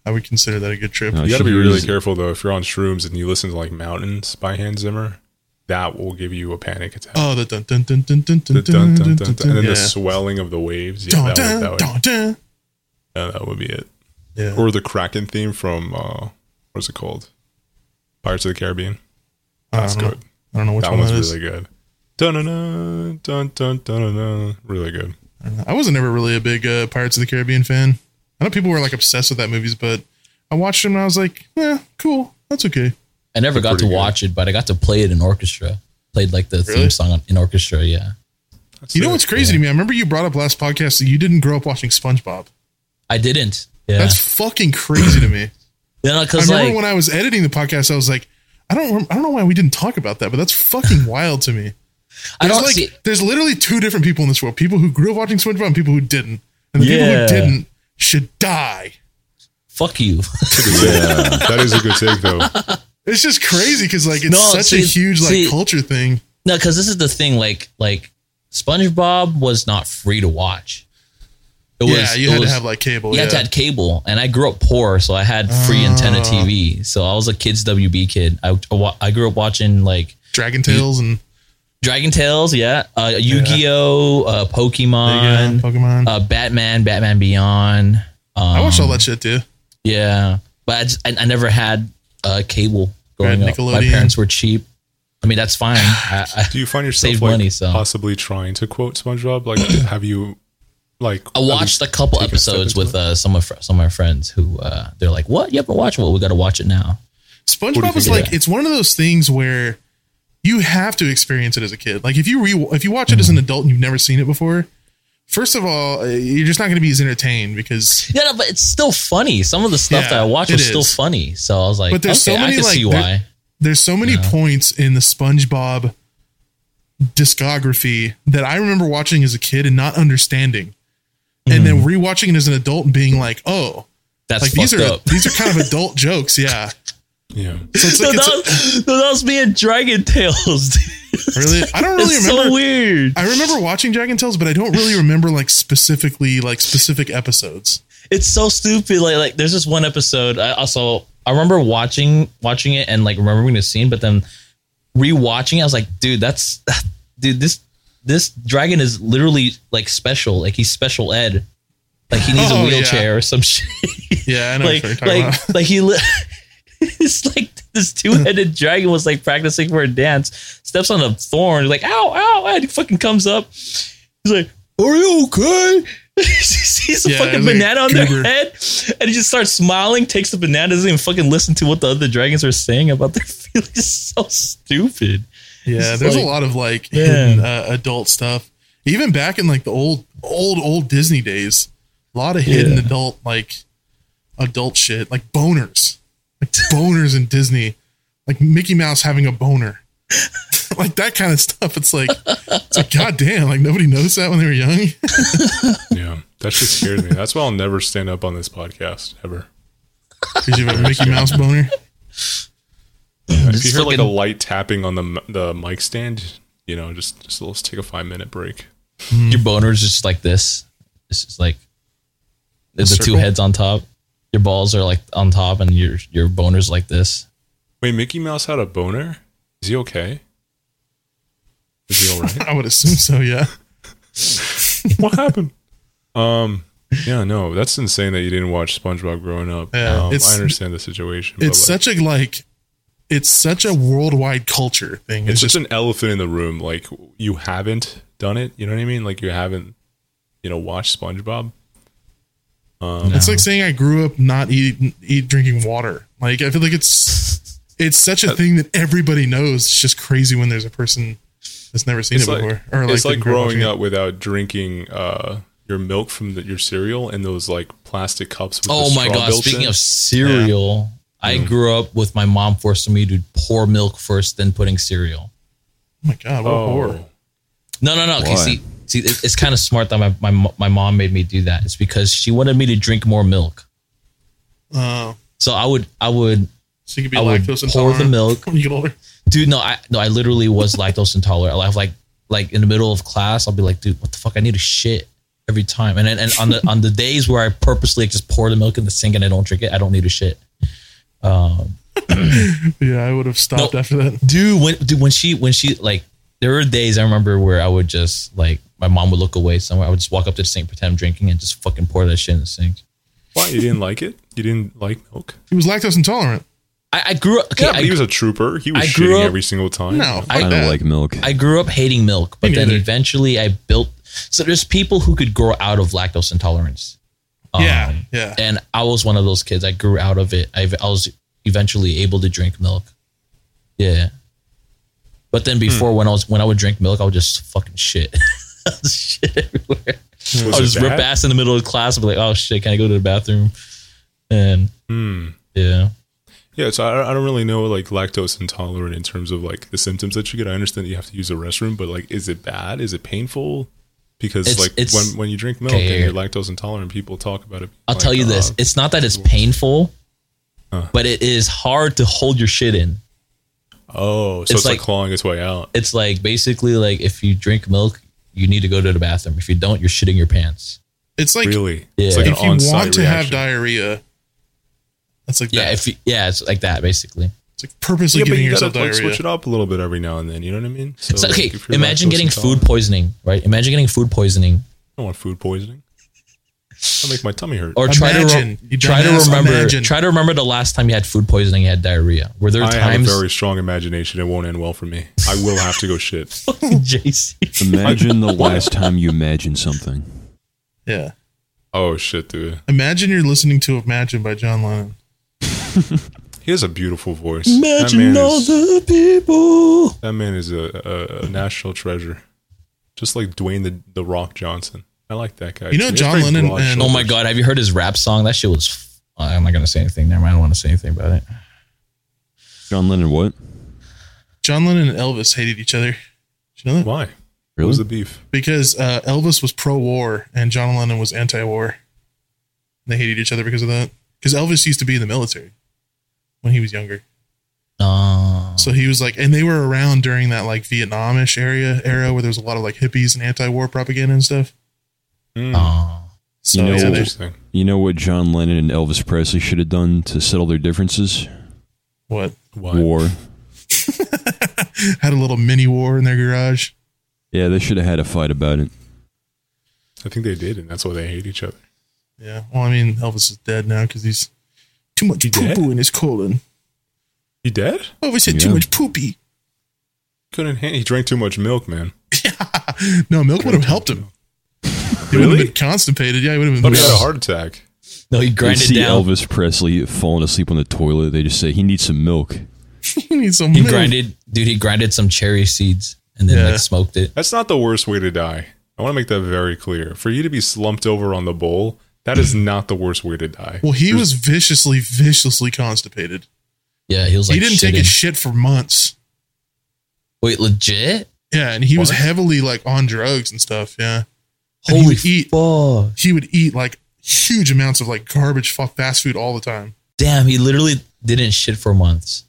Speaker 1: I would consider that a good trip.
Speaker 4: No,
Speaker 3: You got to
Speaker 4: she
Speaker 3: be really
Speaker 4: was-
Speaker 3: careful though. If you're on shrooms and you listen to like Mountains by Hans Zimmer, that will give you a panic attack.
Speaker 1: Oh, the dun dun dun dun dun dun
Speaker 3: The dun, dun, dun, dun, and then
Speaker 1: yeah.
Speaker 3: the swelling of the waves. Yeah,
Speaker 1: Dun,
Speaker 3: that, would, that,
Speaker 1: dun, dun,
Speaker 3: would,
Speaker 1: dun.
Speaker 3: yeah, that would be it.
Speaker 1: Yeah.
Speaker 3: Or the Kraken theme from uh, what's it called? Pirates of the Caribbean.
Speaker 1: I
Speaker 3: That's
Speaker 1: don't know.
Speaker 3: good.
Speaker 1: I don't know which
Speaker 3: That
Speaker 1: one
Speaker 3: one's
Speaker 1: that is.
Speaker 3: really good. Dun dun dun dun dun dun dun. Really good.
Speaker 1: I don't know. I wasn't ever really a big uh, Pirates of the Caribbean fan. I know people were like obsessed with that movies, but I watched them and I was like, yeah, cool, that's okay.
Speaker 2: I never got to
Speaker 3: pretty good.
Speaker 2: watch it, but I got to play it in orchestra. Played like the
Speaker 1: Really?
Speaker 2: theme song on- in orchestra. Yeah,
Speaker 3: That's
Speaker 1: You know
Speaker 3: it.
Speaker 1: what's crazy to me? I remember you brought up last podcast that you didn't grow up watching SpongeBob.
Speaker 2: I didn't. Yeah,
Speaker 1: That's fucking crazy to me.
Speaker 2: you know,
Speaker 1: I
Speaker 2: because
Speaker 1: remember
Speaker 2: like
Speaker 1: when I was editing the podcast, I was like, I don't, rem- I don't know why we didn't talk about that, but that's fucking wild to me.
Speaker 2: I
Speaker 1: There's
Speaker 2: don't
Speaker 1: like,
Speaker 2: see.
Speaker 1: there's literally two different people in this world: people who grew up watching SpongeBob and people who didn't. And the
Speaker 2: Yeah.
Speaker 1: people who didn't should die.
Speaker 2: Fuck you.
Speaker 3: Yeah, that is a good take though.
Speaker 1: It's just crazy because like it's
Speaker 2: No,
Speaker 1: such
Speaker 2: see,
Speaker 1: a huge like
Speaker 2: see-
Speaker 1: culture thing.
Speaker 2: no, because this is the thing. Like, like SpongeBob was not free to watch. It
Speaker 1: yeah, you
Speaker 2: it
Speaker 1: had
Speaker 2: was-
Speaker 1: to have like cable.
Speaker 2: you
Speaker 1: yeah. Oh.
Speaker 2: had to have cable, and I grew up poor, so I had free antenna TV. So I was a kids WB kid. I I wa- I grew up watching like
Speaker 1: Dragon Tales and
Speaker 2: Dragon Tales, yeah, uh, Yu Gi Oh, uh,
Speaker 1: There you
Speaker 2: Pokemon,
Speaker 1: go, Pokemon.
Speaker 2: uh, Batman, Batman Beyond. Um,
Speaker 1: I watched all that shit too.
Speaker 2: Yeah, but I, just, I, I never had uh, cable growing
Speaker 1: Had
Speaker 2: up. My
Speaker 1: Nickelodeon.
Speaker 2: parents were cheap. I mean, that's fine. I, I,
Speaker 3: Do you find yourself
Speaker 2: Save
Speaker 3: like,
Speaker 2: money, so.
Speaker 3: possibly trying to quote SpongeBob? Like, have you like?
Speaker 2: I watched a
Speaker 3: have you
Speaker 2: couple
Speaker 3: taken a step
Speaker 2: episodes
Speaker 3: into
Speaker 2: with
Speaker 3: it?
Speaker 2: uh, some of fr- some of my friends who uh, they're like, "What? You haven't watched? Well, we got to watch it now."
Speaker 1: SpongeBob is
Speaker 2: think of
Speaker 1: like it's one of those things where you have to experience it as a kid. Like if you re if you watch it as
Speaker 2: Mm-hmm.
Speaker 1: an adult and you've never seen it before, first of all, uh, you're just not going to be as entertained because.
Speaker 2: Yeah, no, but it's still funny. Some of the stuff
Speaker 1: Yeah,
Speaker 2: that I watched
Speaker 1: it
Speaker 2: was still
Speaker 1: is.
Speaker 2: funny. So I was like,
Speaker 1: But there's so
Speaker 2: okay, I
Speaker 1: many,
Speaker 2: can
Speaker 1: like,
Speaker 2: see
Speaker 1: there-
Speaker 2: why.
Speaker 1: There's so many points in the SpongeBob discography that I remember watching as a kid and not understanding, and then
Speaker 2: Mm-hmm.
Speaker 1: rewatching it as an adult and being like, "Oh,
Speaker 2: That's
Speaker 1: like
Speaker 2: fucked
Speaker 1: these are
Speaker 2: up.
Speaker 1: these are kind of adult jokes." Yeah,
Speaker 3: Yeah,
Speaker 1: so it's
Speaker 2: No,
Speaker 1: like
Speaker 2: that,
Speaker 1: it's
Speaker 2: was, no, that was me in Dragon Tales. dude.
Speaker 1: really. I don't really
Speaker 2: it's
Speaker 1: remember.
Speaker 2: so weird.
Speaker 1: I remember watching Dragon Tales, but I don't really remember like specifically like specific episodes.
Speaker 2: it's so stupid. Like like there's this one episode. I also I remember watching watching it and like remembering the scene, but then rewatching it, I was like, dude, that's dude this this dragon is literally like special. Like he's special ed. Like he needs
Speaker 1: Oh,
Speaker 2: a
Speaker 1: yeah.
Speaker 2: wheelchair or some shit.
Speaker 1: Yeah, I know
Speaker 2: like
Speaker 1: what you're talking
Speaker 2: like
Speaker 1: about.
Speaker 2: like he. Li- It's like this two-headed dragon was like practicing for a dance, steps on a thorn, like ow, ow, and he fucking comes up. He's like, "Are you okay?" she sees a
Speaker 1: Yeah,
Speaker 2: fucking
Speaker 1: it's like
Speaker 2: banana on
Speaker 1: goober.
Speaker 2: their head, and he just starts smiling, takes the banana, doesn't even fucking listen to what the other dragons are saying about their feelings. It's so stupid.
Speaker 1: Yeah,
Speaker 2: it's
Speaker 1: there's
Speaker 2: like-
Speaker 1: a lot of like
Speaker 2: Yeah.
Speaker 1: hidden uh, adult stuff. Even back in like the old old old Disney days, a lot of hidden
Speaker 2: Yeah.
Speaker 1: adult like adult shit, like boners. Like boners in Disney. Like Mickey Mouse having a boner. like that kind of stuff. It's like it's like goddamn, like nobody noticed that when they were young.
Speaker 3: yeah, that shit scared me. That's why I'll never stand up on this podcast ever.
Speaker 1: Because you have a Mickey Mouse boner.
Speaker 3: if you
Speaker 2: Just
Speaker 3: hear like a
Speaker 2: fucking-
Speaker 3: light tapping on the m- the mic stand, you know, just just let's take a five minute break.
Speaker 2: Your boner is just like this. It's just like there's the two
Speaker 1: circle?
Speaker 2: heads on top. Your balls are like on top, and your your boner's like this.
Speaker 3: Wait, Mickey Mouse had a boner. Is he okay? Is he all right?
Speaker 1: I would assume so, yeah.
Speaker 3: what happened? Um. Yeah, no, that's insane that you didn't watch SpongeBob growing up.
Speaker 1: Yeah,
Speaker 3: um,
Speaker 1: it's-
Speaker 3: I understand the situation. but,
Speaker 1: it's
Speaker 3: like-
Speaker 1: such a like it's such a worldwide culture thing
Speaker 3: it's
Speaker 1: it's,
Speaker 3: just
Speaker 1: just
Speaker 3: an elephant in the room. Like you haven't done it. You know what I mean? Like you haven't, you know, watched SpongeBob.
Speaker 1: it's like saying i grew up not eating eat drinking water like i feel like it's it's such
Speaker 3: Uh,
Speaker 1: a thing that everybody knows it's just crazy when there's a person that's never seen
Speaker 3: It's
Speaker 1: it
Speaker 3: like,
Speaker 1: before or like,
Speaker 3: it's like
Speaker 1: didn't grow
Speaker 3: growing
Speaker 1: watching it.
Speaker 3: up without drinking uh, your milk from the, your cereal in those like plastic cups. With
Speaker 2: Oh
Speaker 3: the
Speaker 2: my
Speaker 3: straw
Speaker 2: god!
Speaker 3: built
Speaker 2: Speaking
Speaker 3: in. Mm.
Speaker 2: of cereal, I grew up with my mom forcing me to pour milk first, then putting cereal.
Speaker 1: oh my god what a horror
Speaker 3: oh,
Speaker 2: No, no, no. Okay,
Speaker 4: Why?
Speaker 2: see, see, it- it's kind of smart that my, my mo- my mom made me do that. It's because she wanted me to drink more milk.
Speaker 1: Oh,
Speaker 2: So I would I would
Speaker 1: so you could be
Speaker 2: I would
Speaker 1: lactose
Speaker 2: pour the
Speaker 1: intolerant
Speaker 2: milk.
Speaker 1: when you get older.
Speaker 2: Dude, no, I no, I literally was lactose intolerant. Like like like in the middle of class, I'll be like, dude, what the fuck? I need a shit every time. And then and on the on the days where I purposely just pour the milk in the sink and I don't drink it, I don't need a shit. Um
Speaker 1: Yeah, I would have stopped
Speaker 2: Nope.
Speaker 1: after that.
Speaker 2: dude when dude when she when she like there were days i remember where i would just like my mom would look away somewhere i would just walk up to the sink pretend i'm drinking and just fucking pour that shit in the sink
Speaker 3: Why you didn't like it? You didn't like milk?
Speaker 1: He was lactose intolerant.
Speaker 2: i, I grew up okay,
Speaker 3: yeah, but
Speaker 2: I,
Speaker 3: he was a trooper. He was
Speaker 2: I grew
Speaker 3: shitting
Speaker 2: up-
Speaker 3: every single time.
Speaker 1: No,
Speaker 2: I-
Speaker 1: fuck
Speaker 4: I don't
Speaker 1: that.
Speaker 4: like milk.
Speaker 2: I grew up hating milk but
Speaker 1: Me
Speaker 2: then
Speaker 1: neither.
Speaker 2: eventually i built so there's people who could grow out of lactose intolerance Um,
Speaker 1: yeah, yeah.
Speaker 2: and i was one of those kids i grew out of it i, I was eventually able to drink milk yeah but then before when i was when i would drink milk i would just fucking shit shit everywhere
Speaker 3: Was
Speaker 2: I'll
Speaker 3: it
Speaker 2: just rip
Speaker 3: bad?
Speaker 2: ass in the middle of class and be like, oh shit, can I go to the bathroom? And
Speaker 3: Hmm.
Speaker 2: yeah.
Speaker 3: Yeah, so I, I don't really know like lactose intolerant in terms of like the symptoms that you get. I understand that you have to use a restroom, but like, is it bad? Is it painful? Because
Speaker 2: It's-
Speaker 3: like
Speaker 2: it's-
Speaker 3: when when you drink milk
Speaker 2: Okay,
Speaker 3: and you're
Speaker 2: here.
Speaker 3: lactose intolerant, people talk about it.
Speaker 2: I'll
Speaker 3: like,
Speaker 2: tell you this
Speaker 3: uh,
Speaker 2: it's not that it's painful,
Speaker 3: Huh.
Speaker 2: but it is hard to hold your shit in.
Speaker 3: Oh, so
Speaker 2: it's
Speaker 3: it's, like,
Speaker 2: like-
Speaker 3: clawing its way out.
Speaker 2: It's like basically like if you drink milk, you need to go to the bathroom. If you don't, you're shitting your pants.
Speaker 1: It's like
Speaker 3: really?
Speaker 2: Yeah.
Speaker 3: It's like
Speaker 1: if
Speaker 3: an
Speaker 1: you
Speaker 3: on
Speaker 1: want
Speaker 3: site
Speaker 1: to have
Speaker 3: reaction.
Speaker 1: diarrhea, that's like
Speaker 2: Yeah,
Speaker 1: that.
Speaker 2: if you, yeah, it's like that basically.
Speaker 1: it's like purposely
Speaker 3: yeah, but
Speaker 1: giving
Speaker 3: you gotta
Speaker 1: yourself
Speaker 3: like,
Speaker 1: diarrhea.
Speaker 3: switch it up a little bit every now and then. You know what I mean? So,
Speaker 2: So, okay,
Speaker 3: like, if you're
Speaker 2: imagine
Speaker 3: lactose
Speaker 2: getting food
Speaker 3: intolerant-
Speaker 2: poisoning, right? Imagine getting food poisoning
Speaker 3: I don't want food poisoning. That'll make my tummy hurt.
Speaker 2: or try
Speaker 1: Imagine.
Speaker 2: to re-
Speaker 1: You
Speaker 2: try to
Speaker 1: dumbass,
Speaker 2: remember
Speaker 1: imagine.
Speaker 2: try to remember the last time you had food poisoning, you had diarrhea. Were there
Speaker 3: I have a
Speaker 2: times
Speaker 3: very strong imagination. It won't end well for me. I will have to go shit.
Speaker 2: JC?
Speaker 4: Imagine the last time you imagined something.
Speaker 1: yeah.
Speaker 3: Oh shit, dude.
Speaker 1: Imagine you're listening to Imagine by John Lennon.
Speaker 3: He has a beautiful voice.
Speaker 2: Imagine
Speaker 3: that man
Speaker 2: all
Speaker 3: is,
Speaker 2: the people.
Speaker 3: that man is a, a, a national treasure. Just like Dwayne the the Rock Johnson. I like that guy.
Speaker 1: You know
Speaker 3: He has
Speaker 1: John
Speaker 3: very
Speaker 1: Lennon
Speaker 3: broad
Speaker 1: and-
Speaker 2: Oh
Speaker 3: shoulders.
Speaker 2: my god, have you heard his rap song? That shit was. F- I'm not gonna say anything. Never mind. I don't want to say anything about it.
Speaker 4: John Lennon, what?
Speaker 1: John Lennon and Elvis hated each other. Did you know that?
Speaker 3: Why? What
Speaker 4: Really?
Speaker 3: was the beef?
Speaker 1: Because uh, Elvis was pro-war and John Lennon was anti-war. They hated each other because of that. Because Elvis used to be in the military when he was younger,
Speaker 2: Uh,
Speaker 1: so he was like, and they were around during that like Vietnamish area era where there was a lot of like hippies and anti-war propaganda and stuff.
Speaker 3: Mm,
Speaker 2: uh,
Speaker 1: So
Speaker 4: You know-
Speaker 1: yeah, they-
Speaker 3: interesting.
Speaker 4: You know what John Lennon and Elvis Presley should have done to settle their differences?
Speaker 1: what
Speaker 3: Why?
Speaker 4: War.
Speaker 1: had a little mini war in their garage.
Speaker 4: Yeah, they should have had a fight about it.
Speaker 3: I think they did, and that's why they hate each other.
Speaker 1: Yeah. Well, I mean, Elvis is dead now because he's too much
Speaker 3: He dead?
Speaker 1: poo poo in his colon.
Speaker 3: He dead?
Speaker 1: Elvis had too
Speaker 4: Yeah.
Speaker 1: much poopy.
Speaker 3: Couldn't handle. He drank too much milk, man.
Speaker 1: No, milk would have helped him. He would
Speaker 3: Really?
Speaker 1: have been constipated. Yeah, he would have been.
Speaker 3: But he had a heart attack.
Speaker 2: no, he
Speaker 4: They
Speaker 2: grinded
Speaker 4: see
Speaker 2: down.
Speaker 4: Elvis Presley falling asleep on the toilet. They just say he needs some milk.
Speaker 1: he needs some
Speaker 2: He
Speaker 1: milk.
Speaker 2: grinded, dude. He grinded some cherry seeds and then
Speaker 1: Yeah.
Speaker 2: like smoked it.
Speaker 3: That's not the worst way to die. I want to make that very clear. For you to be slumped over on the bowl, that is not the worst way to die.
Speaker 1: Well, he was viciously, viciously constipated.
Speaker 2: Yeah, he was like.
Speaker 1: he didn't take a
Speaker 2: shitting.
Speaker 1: shit for months.
Speaker 2: Wait, legit?
Speaker 1: Yeah, and he was
Speaker 3: What?
Speaker 1: heavily like on drugs and stuff. Yeah, And he
Speaker 2: Holy
Speaker 1: would eat.
Speaker 2: fuck!
Speaker 1: He would eat like huge amounts of like garbage, fuck fast food all the time.
Speaker 2: Damn, he literally didn't shit for months.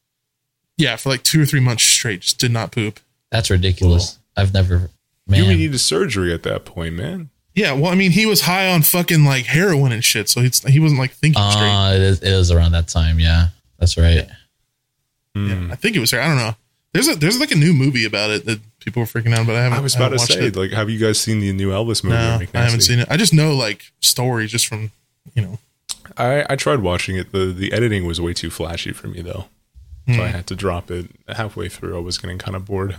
Speaker 1: Yeah, for like two or three months straight, just did not poop.
Speaker 2: That's ridiculous. I've never.
Speaker 3: You would
Speaker 2: Man,
Speaker 3: need surgery at that point, man.
Speaker 1: Yeah, well, I mean, he was high on fucking like heroin and shit, so he's, he wasn't like thinking straight.
Speaker 2: uh, it, is, it is around that time. Yeah, that's right.
Speaker 1: Yeah,
Speaker 3: Hmm.
Speaker 1: I think it was her. I don't know. There's a there's like a new movie about it that people were freaking out about. I haven't.
Speaker 3: I was
Speaker 1: I
Speaker 3: about to
Speaker 1: haven't watched
Speaker 3: say,
Speaker 1: it.
Speaker 3: like, have you guys seen the new Elvis movie?
Speaker 1: no,
Speaker 3: Rick
Speaker 1: I haven't
Speaker 3: Nasty?
Speaker 1: seen it. I just know like stories just from you know.
Speaker 3: I, I tried watching it. the The editing was way too flashy for me, though, so I
Speaker 1: Hmm.
Speaker 3: had to drop it halfway through. I was getting kind of bored,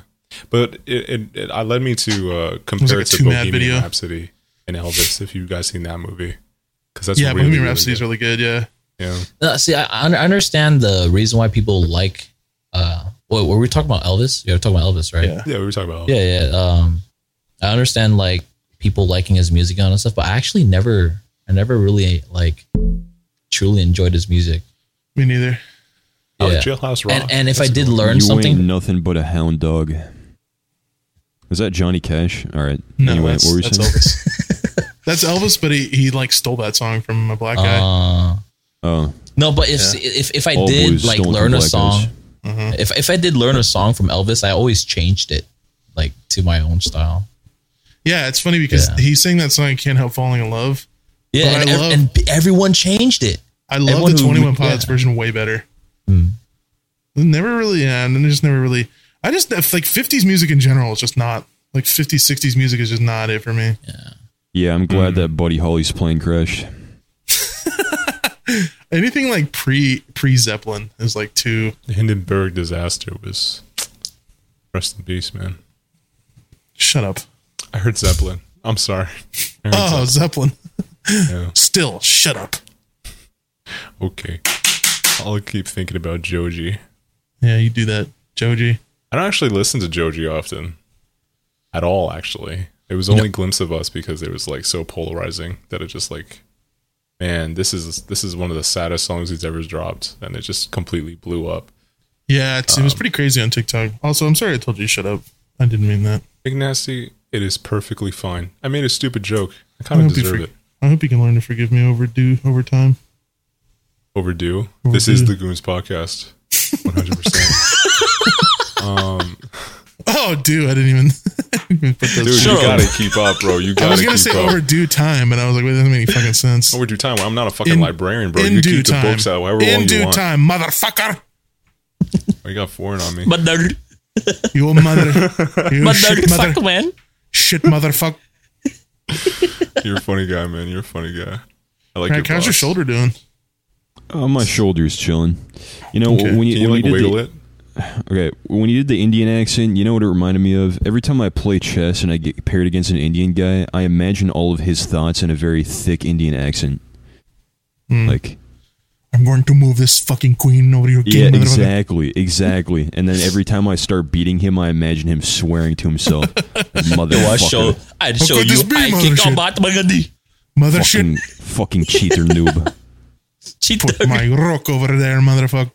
Speaker 3: but it it, it I led me to uh, compare
Speaker 1: like
Speaker 3: it
Speaker 1: a
Speaker 3: to
Speaker 1: two-man
Speaker 3: Bohemian
Speaker 1: video.
Speaker 3: Rhapsody and Elvis. If you guys seen that movie, because that's
Speaker 1: yeah,
Speaker 3: really,
Speaker 1: Bohemian
Speaker 3: really
Speaker 1: Rhapsody is
Speaker 3: good.
Speaker 1: really good. Yeah,
Speaker 3: yeah.
Speaker 2: No, Uh, see, I, I un- I understand the reason why people like. Uh, wait, were we talking about Elvis? You were talking about Elvis, right?
Speaker 1: Yeah.
Speaker 3: Yeah, we were talking about. Elvis.
Speaker 2: yeah, yeah. Um, I understand like people liking his music and all that stuff, but I actually never, I never really like truly enjoyed his music.
Speaker 1: me neither.
Speaker 3: I like
Speaker 2: Yeah.
Speaker 3: Jailhouse Rock.
Speaker 2: And and if I
Speaker 3: That's a
Speaker 2: did
Speaker 3: good one.
Speaker 2: learn
Speaker 4: you
Speaker 2: something,
Speaker 4: ain't nothing but a hound dog. Was that Johnny Cash? All right.
Speaker 1: No,
Speaker 4: anyway,
Speaker 1: that's,
Speaker 4: what were you
Speaker 1: that's
Speaker 4: saying?
Speaker 1: Elvis. that's Elvis, but he, he like stole that song from a black guy.
Speaker 2: uh,
Speaker 4: Oh,
Speaker 2: No, but if if, if I
Speaker 4: All
Speaker 2: did
Speaker 4: boys
Speaker 2: like
Speaker 4: stolen from
Speaker 2: learn a
Speaker 4: black
Speaker 2: song,
Speaker 4: guys.
Speaker 1: Mm-hmm.
Speaker 2: if if I did learn a song from Elvis, I always changed it like to my own style.
Speaker 1: Yeah, it's funny because
Speaker 2: Yeah.
Speaker 1: he sang that song "Can't Help Falling in Love."
Speaker 2: Yeah,
Speaker 1: But
Speaker 2: and,
Speaker 1: I
Speaker 2: ev-
Speaker 1: love-
Speaker 2: and b- everyone changed it.
Speaker 1: I love
Speaker 2: Everyone
Speaker 1: the
Speaker 2: who-
Speaker 1: Twenty One Pilots
Speaker 2: yeah.
Speaker 1: version way better.
Speaker 4: Hmm.
Speaker 1: Never really, yeah, and then just never really. I just like '50s music in general is just not like '50s, '60s music is just not it for me.
Speaker 4: Yeah, I'm glad that Buddy Holly's plane crashed.
Speaker 1: Anything like pre pre Zeppelin is like too
Speaker 3: The Hindenburg disaster was rest in peace, man.
Speaker 1: shut up.
Speaker 3: I heard Zeppelin. I'm sorry. I heard
Speaker 1: Oh, Zeppelin.
Speaker 3: Zeppelin, yeah.
Speaker 1: Still, shut up.
Speaker 3: Okay. I'll keep thinking about Joji.
Speaker 1: Yeah, you do that, Joji.
Speaker 3: I don't actually listen to Joji often. At all, actually. It was only Glimpse of Us because it was like so polarizing that it just like man, this is this is one of the saddest songs he's ever dropped and it just completely blew up.
Speaker 1: Yeah, it's,
Speaker 3: Um,
Speaker 1: it was pretty crazy on TikTok. Also, I'm sorry I told you to shut up. I didn't mean that.
Speaker 3: Big Nasty, it is perfectly fine. I made a stupid joke. I
Speaker 1: I
Speaker 3: kind of
Speaker 1: hope you
Speaker 3: deserve
Speaker 1: forg-
Speaker 3: it.
Speaker 1: I hope you can learn to forgive me overdue over time.
Speaker 3: Overdue. This is
Speaker 1: Overdue.
Speaker 3: the Goons podcast. 100%.
Speaker 1: Oh, dude, I didn't even, I didn't even put those.
Speaker 3: Dude,
Speaker 2: Shut
Speaker 3: you
Speaker 2: up.
Speaker 3: gotta keep up, bro. You gotta
Speaker 1: I was gonna
Speaker 3: keep
Speaker 1: say
Speaker 3: up.
Speaker 1: overdue time, and I was like, wait, that doesn't make any fucking sense.
Speaker 3: Overdue time. Well, I'm not a fucking
Speaker 1: In-
Speaker 3: librarian, bro.
Speaker 1: in
Speaker 3: you
Speaker 1: due
Speaker 3: keep
Speaker 1: time,
Speaker 3: the books out however
Speaker 1: in
Speaker 3: long
Speaker 1: due
Speaker 3: you want.
Speaker 1: time, motherfucker.
Speaker 3: Oh, you got foreign on me.
Speaker 2: But they're
Speaker 1: You a mother, you
Speaker 2: but
Speaker 1: shit mother,
Speaker 2: fuck man.
Speaker 1: shit motherfucker.
Speaker 3: You're a funny guy, man. You're a funny guy. I like your
Speaker 1: Frank, how's your
Speaker 3: boss.
Speaker 1: shoulder doing?
Speaker 4: Oh, my shoulder's chilling. You know
Speaker 1: Okay.
Speaker 4: when
Speaker 3: Can
Speaker 4: you,
Speaker 3: you
Speaker 4: when
Speaker 3: like
Speaker 4: you did
Speaker 3: wiggle
Speaker 4: the,
Speaker 3: it?
Speaker 4: Okay, when you did the Indian accent, you know what it reminded me of? Every time I play chess and I get paired against an Indian guy, I imagine all of his thoughts in a very thick Indian accent. Like,
Speaker 1: I'm going to move this fucking queen over your
Speaker 4: yeah,
Speaker 1: game, motherfucker.
Speaker 4: exactly, exactly. And then every time I start beating him, I imagine him swearing to himself,
Speaker 2: I
Speaker 4: "Motherfucker,
Speaker 2: show I show
Speaker 1: could
Speaker 2: you
Speaker 1: this be,
Speaker 2: I
Speaker 1: mother
Speaker 2: kick
Speaker 1: shit?
Speaker 2: out bat magadi.
Speaker 1: Mother shit,
Speaker 4: fucking, fucking cheater noob."
Speaker 2: Cheat
Speaker 1: put my rock over there, motherfucker.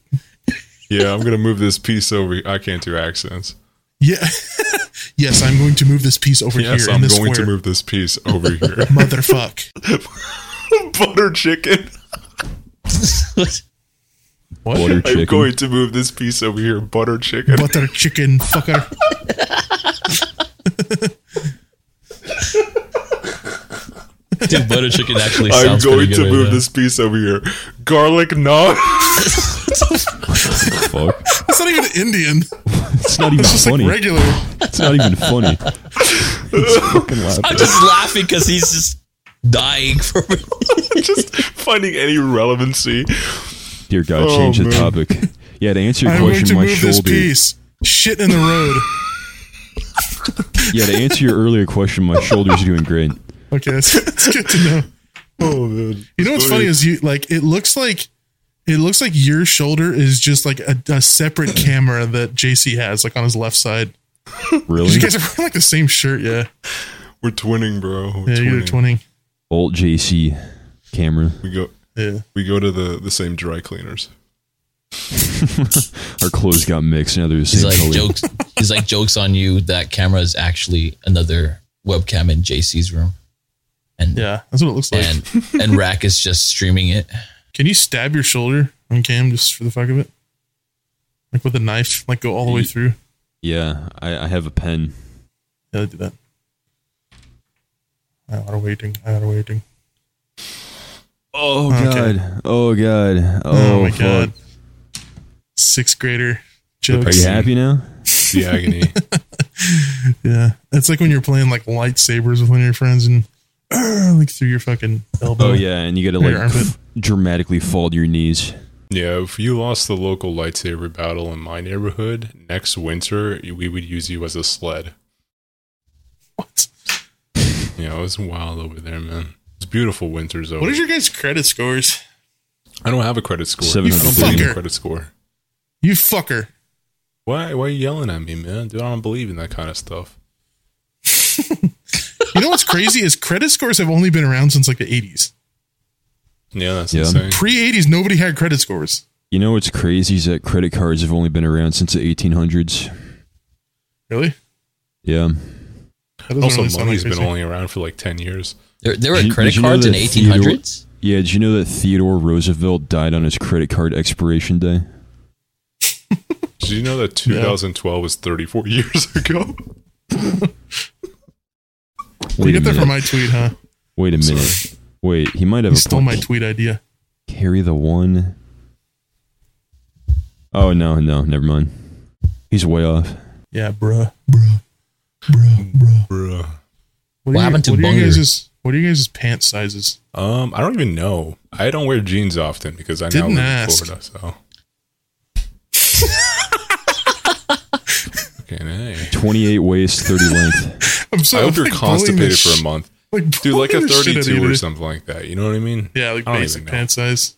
Speaker 3: Yeah, I'm gonna move this piece over. I can't do accents.
Speaker 1: Yeah, yes, I'm going to move this piece over
Speaker 3: Yes,
Speaker 1: here in
Speaker 3: I'm
Speaker 1: this
Speaker 3: going to
Speaker 1: square,
Speaker 3: move this piece over here.
Speaker 1: motherfuck.
Speaker 3: Butter chicken.
Speaker 4: Butter
Speaker 3: I'm
Speaker 4: chicken.
Speaker 3: going to move this piece over here. Butter chicken.
Speaker 1: butter chicken fucker.
Speaker 2: Dude, butter chicken actually
Speaker 3: I'm
Speaker 2: sounds
Speaker 3: going
Speaker 2: pretty
Speaker 3: to
Speaker 2: good
Speaker 3: move
Speaker 2: right
Speaker 3: this piece over here. Garlic naan.
Speaker 4: Fuck,
Speaker 1: That's not even Indian.
Speaker 4: it's not even
Speaker 1: It's just
Speaker 4: funny.
Speaker 1: like regular.
Speaker 4: it's not even funny. It's fucking loud.
Speaker 2: now. I'm just laughing because he's just dying for
Speaker 3: Just finding any relevancy.
Speaker 4: Dear God,
Speaker 3: Oh,
Speaker 4: change the
Speaker 3: man.
Speaker 4: topic. Yeah, to answer your
Speaker 1: I'm going
Speaker 4: question,
Speaker 1: to
Speaker 4: my
Speaker 1: move this
Speaker 4: shoulder.
Speaker 1: piece. Shit in the road.
Speaker 4: Yeah, to answer your earlier question, my shoulder's doing great.
Speaker 1: Okay, that's, that's good to know.
Speaker 3: Oh man.
Speaker 1: You know what's funny is you like it looks like it looks like your shoulder is just like a, a separate camera that JC has like on his left side.
Speaker 4: Really?
Speaker 1: You guys are wearing like the same shirt, yeah?
Speaker 3: We're twinning, bro. We're
Speaker 1: Yeah, you're
Speaker 3: twinning.
Speaker 1: twinning.
Speaker 4: Alt JC camera.
Speaker 3: We go.
Speaker 1: Yeah,
Speaker 3: We go to the the same dry cleaners.
Speaker 4: Our clothes got mixed. Now they're the
Speaker 2: He's
Speaker 4: same
Speaker 2: like
Speaker 4: color.
Speaker 2: jokes he's like jokes on you that camera is actually another webcam in JC's room. And
Speaker 1: yeah, that's what it looks like.
Speaker 2: and and Rack is just streaming it.
Speaker 1: Can you stab your shoulder on cam just for the fuck of it? Like with a knife, like go all the way through.
Speaker 4: Yeah, I, I have a pen.
Speaker 1: Yeah, they do that. I are waiting. I are waiting.
Speaker 4: Oh
Speaker 1: Okay.
Speaker 4: God. Oh God. Oh,
Speaker 1: Oh, my
Speaker 4: fuck.
Speaker 1: god. Sixth grader
Speaker 4: Are
Speaker 1: jokes.
Speaker 4: you happy now?
Speaker 3: The agony.
Speaker 1: Yeah. It's like when you're playing like lightsabers with one of your friends and "Arr," like through your fucking elbow.
Speaker 4: Oh yeah, and you gotta
Speaker 1: Your
Speaker 4: like
Speaker 1: armpit.
Speaker 4: dramatically fall to your knees.
Speaker 3: Yeah, if you lost the local lightsaber battle in my neighborhood, next winter we would use you as a sled.
Speaker 1: What?
Speaker 3: Yeah, it was wild over there, man. It's beautiful winters over.
Speaker 1: What is your guys' credit scores?
Speaker 3: I don't have a credit score.
Speaker 4: Seven
Speaker 3: I don't
Speaker 1: hundred
Speaker 3: believe in
Speaker 1: fucker.
Speaker 3: credit score.
Speaker 1: You fucker.
Speaker 3: Why why are you yelling at me, man? Dude, I don't believe in that kind of stuff.
Speaker 1: You know what's crazy is credit scores have only been around since like the 80s.
Speaker 3: Yeah, that's
Speaker 4: Yeah.
Speaker 3: insane.
Speaker 1: Pre 80s, nobody had credit scores.
Speaker 4: You know what's crazy is that credit cards have only been around since the 1800s.
Speaker 1: Really?
Speaker 4: Yeah.
Speaker 1: That doesn't
Speaker 3: Also
Speaker 1: really sound
Speaker 3: money's been
Speaker 1: crazy.
Speaker 3: only around for like ten years.
Speaker 2: There, there
Speaker 4: Did
Speaker 2: were
Speaker 4: you-
Speaker 2: credit
Speaker 4: did you know
Speaker 2: cards in
Speaker 4: that
Speaker 2: eighteen hundreds.
Speaker 4: Yeah, did you know that Theodore Roosevelt died on his credit card expiration day?
Speaker 3: Did you know that 2012 was 34 years ago?
Speaker 1: You get that
Speaker 4: Wait a minute.
Speaker 1: from my tweet, huh?
Speaker 4: Wait a minute. Wait, he might have
Speaker 1: You
Speaker 4: a
Speaker 1: stole
Speaker 4: point.
Speaker 1: my tweet idea.
Speaker 4: Carry the one. Oh no, no, never mind. He's way off.
Speaker 1: Yeah, bruh, bruh, bruh, bruh.
Speaker 3: Bruh.
Speaker 1: What,
Speaker 2: What
Speaker 1: are
Speaker 2: happened to
Speaker 1: what are you
Speaker 2: Bunger?
Speaker 1: guys' What are you guys' pant sizes?
Speaker 3: Um, I don't even know. I don't wear jeans often because I
Speaker 1: Didn't
Speaker 3: now live
Speaker 1: ask.
Speaker 3: in Florida. So. okay, hey.
Speaker 4: 28 waist, 30 length.
Speaker 1: I'm so
Speaker 3: I hope you're
Speaker 1: like, bullying the
Speaker 3: constipated for
Speaker 1: sh-
Speaker 3: a month,
Speaker 1: like,
Speaker 3: dude. Like a
Speaker 1: bullying the shit out of
Speaker 3: 32
Speaker 1: you,
Speaker 3: or
Speaker 1: dude.
Speaker 3: something like that. You know what I mean?
Speaker 1: Yeah, like
Speaker 3: I don't
Speaker 1: basic
Speaker 3: even know.
Speaker 1: pant size.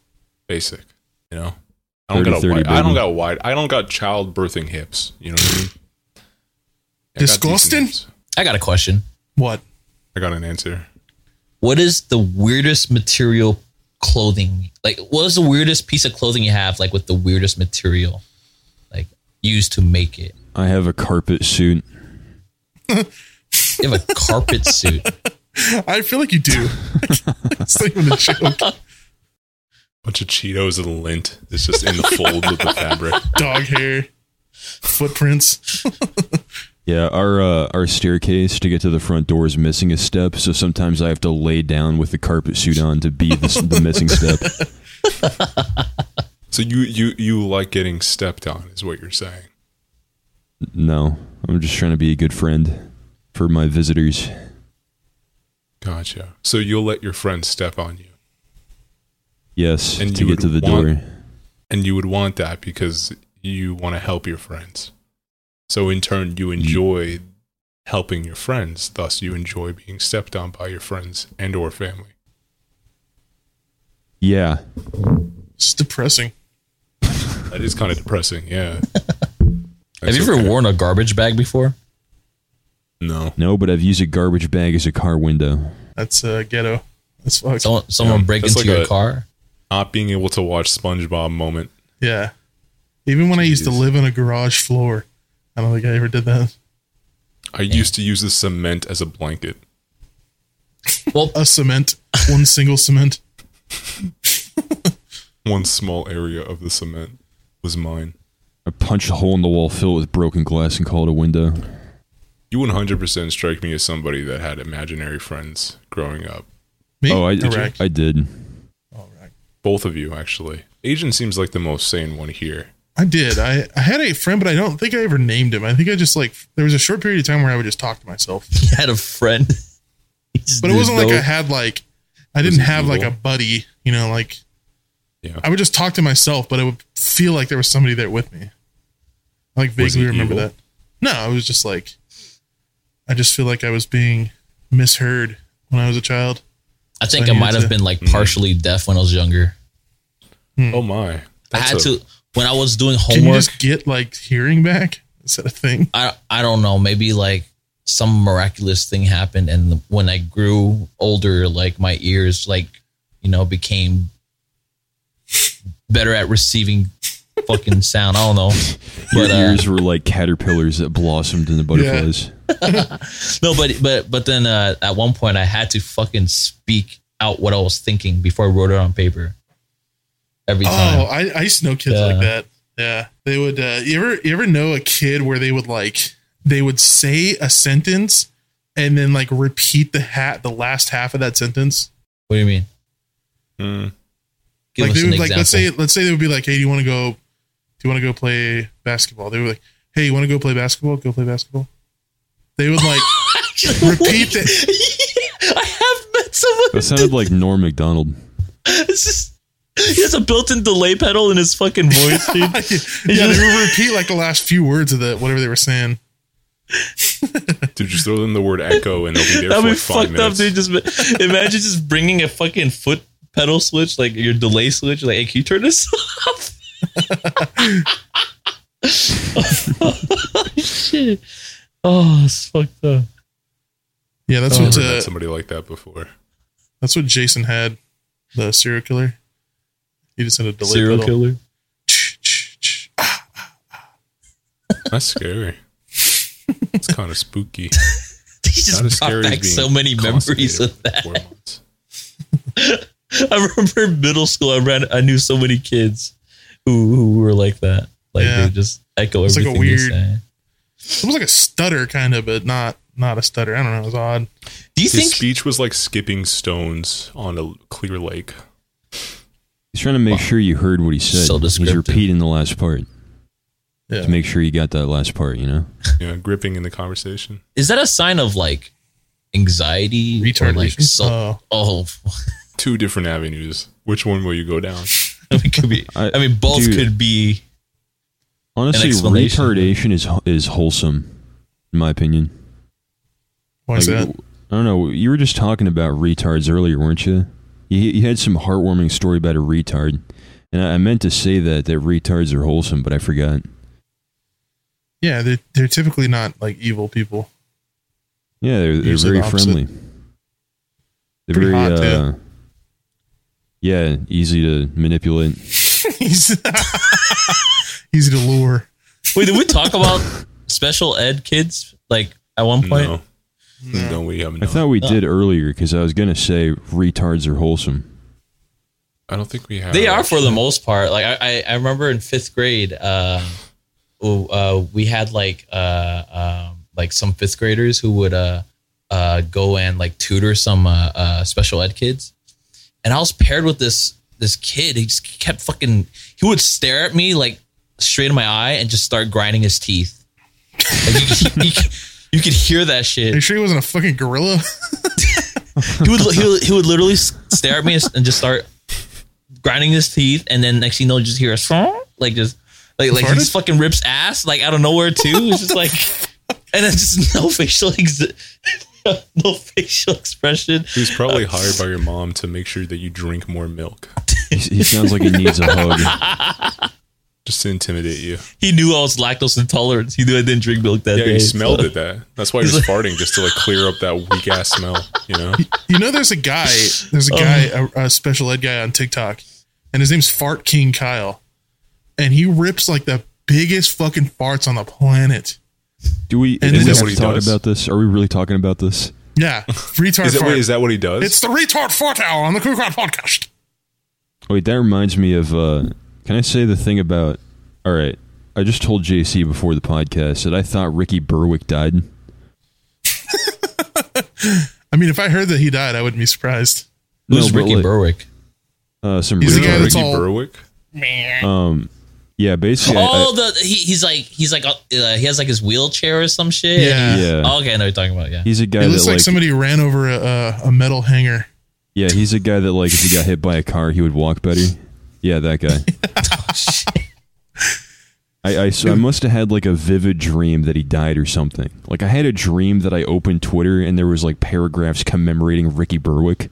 Speaker 3: Basic. You know. I don't
Speaker 4: 30,
Speaker 3: got a
Speaker 4: 30,
Speaker 3: wide. I
Speaker 4: baby.
Speaker 3: don't got wide. I don't got child birthing hips. You know what I mean? I got decent
Speaker 1: Disgusting.
Speaker 3: hips.
Speaker 2: I got a question.
Speaker 1: What?
Speaker 3: I got an answer.
Speaker 2: What is the weirdest material clothing? Like, what is the weirdest piece of clothing you have? Like, with the weirdest material, like used to make it.
Speaker 4: I have a carpet suit.
Speaker 2: You have a carpet suit.
Speaker 1: I feel like you do. it's not even a joke.
Speaker 3: Bunch of Cheetos and lint. It's just in the fold of the fabric.
Speaker 1: Dog hair, footprints.
Speaker 4: Yeah, our uh, our staircase to get to the front door is missing a step, so sometimes I have to lay down with the carpet suit on to be the, s- the missing step.
Speaker 3: So you you you like getting stepped on is what you're saying.
Speaker 4: No, I'm just trying to be a good friend for my visitors.
Speaker 3: Gotcha. So you'll let your friends step on you,
Speaker 4: Yes,
Speaker 3: And
Speaker 4: to
Speaker 3: you
Speaker 4: get to the
Speaker 3: would want-
Speaker 4: door.
Speaker 3: and you would want that because you want to help your friends. So in turn, you
Speaker 2: Mm-hmm.
Speaker 3: enjoy helping your friends. Thus, you enjoy being stepped on by your friends and or family.
Speaker 4: Yeah,
Speaker 1: It's depressing.
Speaker 3: That is kind of depressing. Yeah.
Speaker 2: have
Speaker 3: That's
Speaker 2: you ever
Speaker 3: okay.
Speaker 2: worn a garbage bag before?
Speaker 3: No.
Speaker 4: no, but I've used a garbage bag as a car window.
Speaker 1: That's uh, ghetto. That's fuck.
Speaker 2: Someone, someone
Speaker 3: Yeah,
Speaker 2: break
Speaker 3: that's
Speaker 2: into
Speaker 3: like
Speaker 2: your
Speaker 3: a-
Speaker 2: car.
Speaker 3: Not being able to watch SpongeBob moment.
Speaker 1: Yeah. Even when I used to
Speaker 3: Jeez.
Speaker 1: live on a garage floor, I don't think I ever did that.
Speaker 3: I used to use the cement as a blanket.
Speaker 2: Well,
Speaker 1: A cement, one single cement.
Speaker 3: One small area of the cement was mine.
Speaker 4: I punched a hole in the wall, filled it with broken glass, and called it a window.
Speaker 3: You 100% strike me as somebody that had imaginary friends growing up.
Speaker 1: Me?
Speaker 4: Oh, I
Speaker 1: Iraq.
Speaker 4: I did.
Speaker 1: All right.
Speaker 3: Both of you, actually. Asian seems like the most sane one here.
Speaker 1: I did. I, I had a friend, but I don't think I ever named him. I think I just like there was a short period of time where I would just talk to myself.
Speaker 2: you had a friend. He just
Speaker 1: But it wasn't like
Speaker 2: didn't
Speaker 1: I
Speaker 2: know.
Speaker 1: had like I didn't
Speaker 3: it
Speaker 1: have like a
Speaker 3: evil?
Speaker 1: buddy, you know, like
Speaker 3: Yeah.
Speaker 1: I would just talk to myself, but I would feel like there was somebody there with me. I like
Speaker 3: Was
Speaker 1: vaguely
Speaker 3: it
Speaker 1: remember
Speaker 3: evil?
Speaker 1: that. No, it was just like I just feel like I was being misheard when I was a child.
Speaker 2: I think
Speaker 1: I
Speaker 2: I,
Speaker 1: needed
Speaker 2: might have
Speaker 1: to-
Speaker 2: been like
Speaker 3: Mm-hmm.
Speaker 2: partially deaf when I was younger. Hmm.
Speaker 3: Oh my.
Speaker 2: I had
Speaker 3: That's a-
Speaker 2: to when I was doing
Speaker 1: Can you
Speaker 2: homework.
Speaker 1: just get like hearing back? Is that a thing?
Speaker 2: I I don't know. Maybe like some miraculous thing happened, and when I grew older, like my ears, like you know, became better at receiving fucking sound. I don't know,
Speaker 4: Your
Speaker 2: but uh,
Speaker 4: ears were like caterpillars that blossomed into butterflies.
Speaker 2: no, but but but then uh, at one point I had to fucking speak out what I was thinking before I wrote it on paper. Every time,
Speaker 1: Oh, I, I used to know kids
Speaker 2: Yeah.
Speaker 1: like that. Yeah. They would uh you ever you ever know a kid where they would like they would say a sentence and then like repeat the hat the last half of that sentence?
Speaker 2: what do you mean?
Speaker 3: Hmm.
Speaker 2: Give
Speaker 1: like
Speaker 2: us
Speaker 1: they
Speaker 2: an
Speaker 1: would like let's
Speaker 2: example.
Speaker 1: say let's say they would be like, Hey, do you wanna go do you wanna go play basketball? They were like, Hey, you wanna go play basketball? Go play basketball. They would like repeat that
Speaker 2: I have met someone.
Speaker 4: That sounded like Norm McDonald.
Speaker 2: It's just he has a built-in delay pedal in his fucking voice, dude.
Speaker 1: yeah, they would repeat like the last few words of the whatever they were saying.
Speaker 3: Dude, just throw them the word echo and they'll be there
Speaker 2: That'd
Speaker 3: for
Speaker 2: be
Speaker 3: like five
Speaker 2: fucked
Speaker 3: minutes.
Speaker 2: up, dude. Just imagine just bringing a fucking foot pedal switch, like your delay switch, like, hey, can you turn this off? Shit. Oh, it's fucked up.
Speaker 1: Yeah, that's
Speaker 2: Oh.
Speaker 1: what
Speaker 3: Never met
Speaker 1: uh,
Speaker 3: somebody like that before.
Speaker 1: That's what Jason had, the serial killer. He just had a delay
Speaker 2: Serial
Speaker 1: pedal.
Speaker 2: killer.
Speaker 3: That's scary. it's kind of spooky.
Speaker 2: He just
Speaker 3: Not as
Speaker 2: brought
Speaker 3: scary as
Speaker 2: back
Speaker 3: being
Speaker 2: so many memories
Speaker 3: constipated
Speaker 2: of
Speaker 3: for
Speaker 2: that.
Speaker 3: four months.
Speaker 2: I remember in middle school. I ran. I knew so many kids who who were like that. Like
Speaker 1: Yeah.
Speaker 2: they just echo
Speaker 1: It's like a
Speaker 2: everything they
Speaker 1: weird-
Speaker 2: say.
Speaker 1: It was like a stutter, kind of, but not not a stutter. I don't know. It was odd.
Speaker 2: Do you
Speaker 3: His
Speaker 2: think?
Speaker 3: speech was like skipping stones on a clear lake.
Speaker 4: He's trying to make sure you heard what he said.
Speaker 2: So
Speaker 4: He's
Speaker 2: descriptive.
Speaker 4: repeating the last part
Speaker 1: Yeah.
Speaker 4: to make sure you got that last part. You know,
Speaker 3: You know, gripping in the conversation.
Speaker 2: Is that a sign of like anxiety or like
Speaker 1: Retardation.
Speaker 2: so,
Speaker 1: Oh.
Speaker 2: oh,
Speaker 3: Two different avenues. Which one will you go down?
Speaker 2: it could be. I,
Speaker 4: I-
Speaker 2: mean, both
Speaker 4: dude.
Speaker 2: could be.
Speaker 4: honestly,
Speaker 2: explanation.
Speaker 4: retardation is is wholesome, in my opinion.
Speaker 1: Why is
Speaker 4: Like,
Speaker 1: that?
Speaker 4: I don't know. You were just talking about retards earlier, weren't you? You, you had some heartwarming story about a retard, and I, I meant to say that that retards are wholesome, but I forgot.
Speaker 1: Yeah, they're they're typically not like evil people.
Speaker 4: Yeah, they're, they're
Speaker 1: Usually
Speaker 4: very
Speaker 1: the opposite.
Speaker 4: friendly. They're
Speaker 1: Pretty
Speaker 4: very
Speaker 1: hot, too.
Speaker 4: uh, yeah, easy to manipulate.
Speaker 1: He's easy to lure.
Speaker 2: Wait, did we talk about special ed kids like at one point?
Speaker 3: No. no. we have
Speaker 4: I
Speaker 3: not.
Speaker 4: thought we did earlier because I was gonna say retards are wholesome.
Speaker 3: I don't think we have.
Speaker 2: They are for the most part. Like I, I, I remember in fifth grade, uh, oh, uh, we had like uh, um, like some fifth graders who would uh, uh, go and like tutor some uh, uh, special ed kids, and I was paired with this this kid. He just kept fucking. He would stare at me like straight in my eye and just start grinding his teeth. Like, you, could- you could- you could hear that
Speaker 1: Are you
Speaker 2: shit.
Speaker 1: sure he wasn't a fucking gorilla?
Speaker 2: He would he would, he would literally s- stare at me and s- and just start grinding his teeth, and then next thing you know, you just hear a song, like just like like he's
Speaker 1: Farted?
Speaker 2: fucking rips ass like out of nowhere too. It's just like, and then just no facial ex- no facial expression.
Speaker 3: He was probably hired by your mom to make sure that you drink more milk,
Speaker 4: He, he sounds like he needs a hug.
Speaker 3: just to intimidate you.
Speaker 2: He knew I was lactose intolerant. He knew I didn't drink milk that
Speaker 3: Yeah,
Speaker 2: day.
Speaker 4: uh,
Speaker 3: he smelled
Speaker 2: so-
Speaker 3: it. That that's why he was farting, just to like clear up that weak ass smell. You know,
Speaker 1: You know, there's a guy, there's a guy, a, a special ed guy on TikTok, and his name's Fart King Kyle, and he rips like the biggest fucking farts on the planet.
Speaker 4: Do we?
Speaker 1: And
Speaker 4: do
Speaker 1: then
Speaker 4: we
Speaker 1: is-
Speaker 4: have
Speaker 1: what he
Speaker 4: to talk
Speaker 3: does?
Speaker 4: about this? Are we really talking about this?
Speaker 1: Yeah, retard
Speaker 3: is that,
Speaker 1: fart.
Speaker 3: wait, is that what he does?
Speaker 1: it's the retard fart hour on the Crew Crowd podcast.
Speaker 4: Wait, that reminds me of. Uh, can I say the thing about? All right, I just told JC before the podcast that I thought Ricky Berwick died.
Speaker 1: I mean, if I heard that he died, I wouldn't be surprised.
Speaker 2: Who's
Speaker 4: No, but
Speaker 2: Ricky
Speaker 4: like-
Speaker 2: Berwick?
Speaker 4: Uh, some
Speaker 1: He's the
Speaker 4: retard.
Speaker 1: guy that's
Speaker 3: Ricky
Speaker 1: all-
Speaker 3: Berwick.
Speaker 4: Um, yeah, basically. I-
Speaker 2: oh, the he, he's like he's like uh, he has like his wheelchair or some shit.
Speaker 1: Yeah.
Speaker 4: I, yeah,
Speaker 2: Oh, okay, I know what you're talking about. Yeah.
Speaker 4: he's a
Speaker 1: It
Speaker 4: guy that
Speaker 1: looks
Speaker 4: like,
Speaker 1: like somebody ran over a, a, a metal hanger.
Speaker 4: yeah, he's a guy that like if he got hit by a car, he would walk better. Yeah, that guy. I I, so I must have had like a vivid dream that he died or something. Like I had a dream that I opened Twitter and there was like paragraphs commemorating Ricky Berwick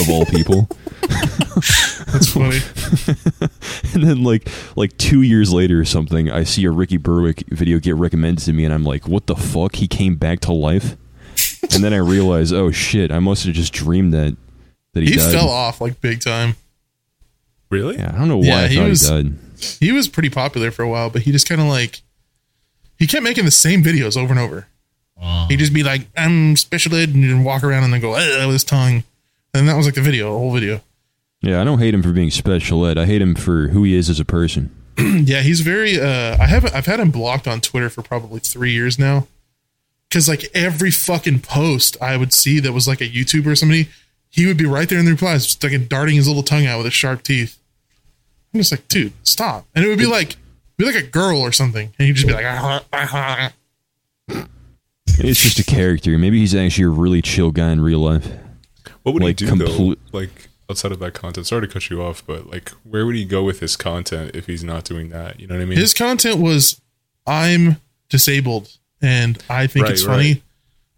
Speaker 4: of all people.
Speaker 1: That's funny.
Speaker 4: and then like like two years later or something, I see a Ricky Berwick video get recommended to me, and I'm like, what the fuck? He came back to life. and then I realize, oh shit, I must have just dreamed that that he,
Speaker 1: he
Speaker 4: died.
Speaker 1: fell off like big time.
Speaker 3: Really?
Speaker 4: Yeah, I don't know why
Speaker 1: Yeah,
Speaker 4: I
Speaker 1: he
Speaker 4: thought
Speaker 1: was-
Speaker 4: he died.
Speaker 1: He was pretty popular for a while, but he just kind of like he kept making the same videos over and over.
Speaker 2: Wow.
Speaker 1: He'd just be like, "I'm special ed," and then walk around and then go "Ugh," with his tongue, and that was like the video, the whole video.
Speaker 4: Yeah, I don't hate him for being special ed. I hate him for who he is as a person.
Speaker 1: Yeah, he's very. Uh, I haven't. I've had him blocked on Twitter for probably three years now, because like every fucking post I would see that was like a YouTuber or somebody, he would be right there in the replies, just like darting his little tongue out with his sharp teeth. I'm just like, dude, stop! And it would be like, be like a girl or something, and he'd just be like,
Speaker 4: It's just a character. Maybe he's actually a really chill guy in real life.
Speaker 3: What would
Speaker 4: Like,
Speaker 3: he do
Speaker 4: complete-
Speaker 3: though? Like outside of that content. Sorry to cut you off, but like, where would he go with his content if he's not doing that? You know what I mean?
Speaker 1: his content was, I'm disabled and I think
Speaker 3: Right,
Speaker 1: it's funny,
Speaker 3: right.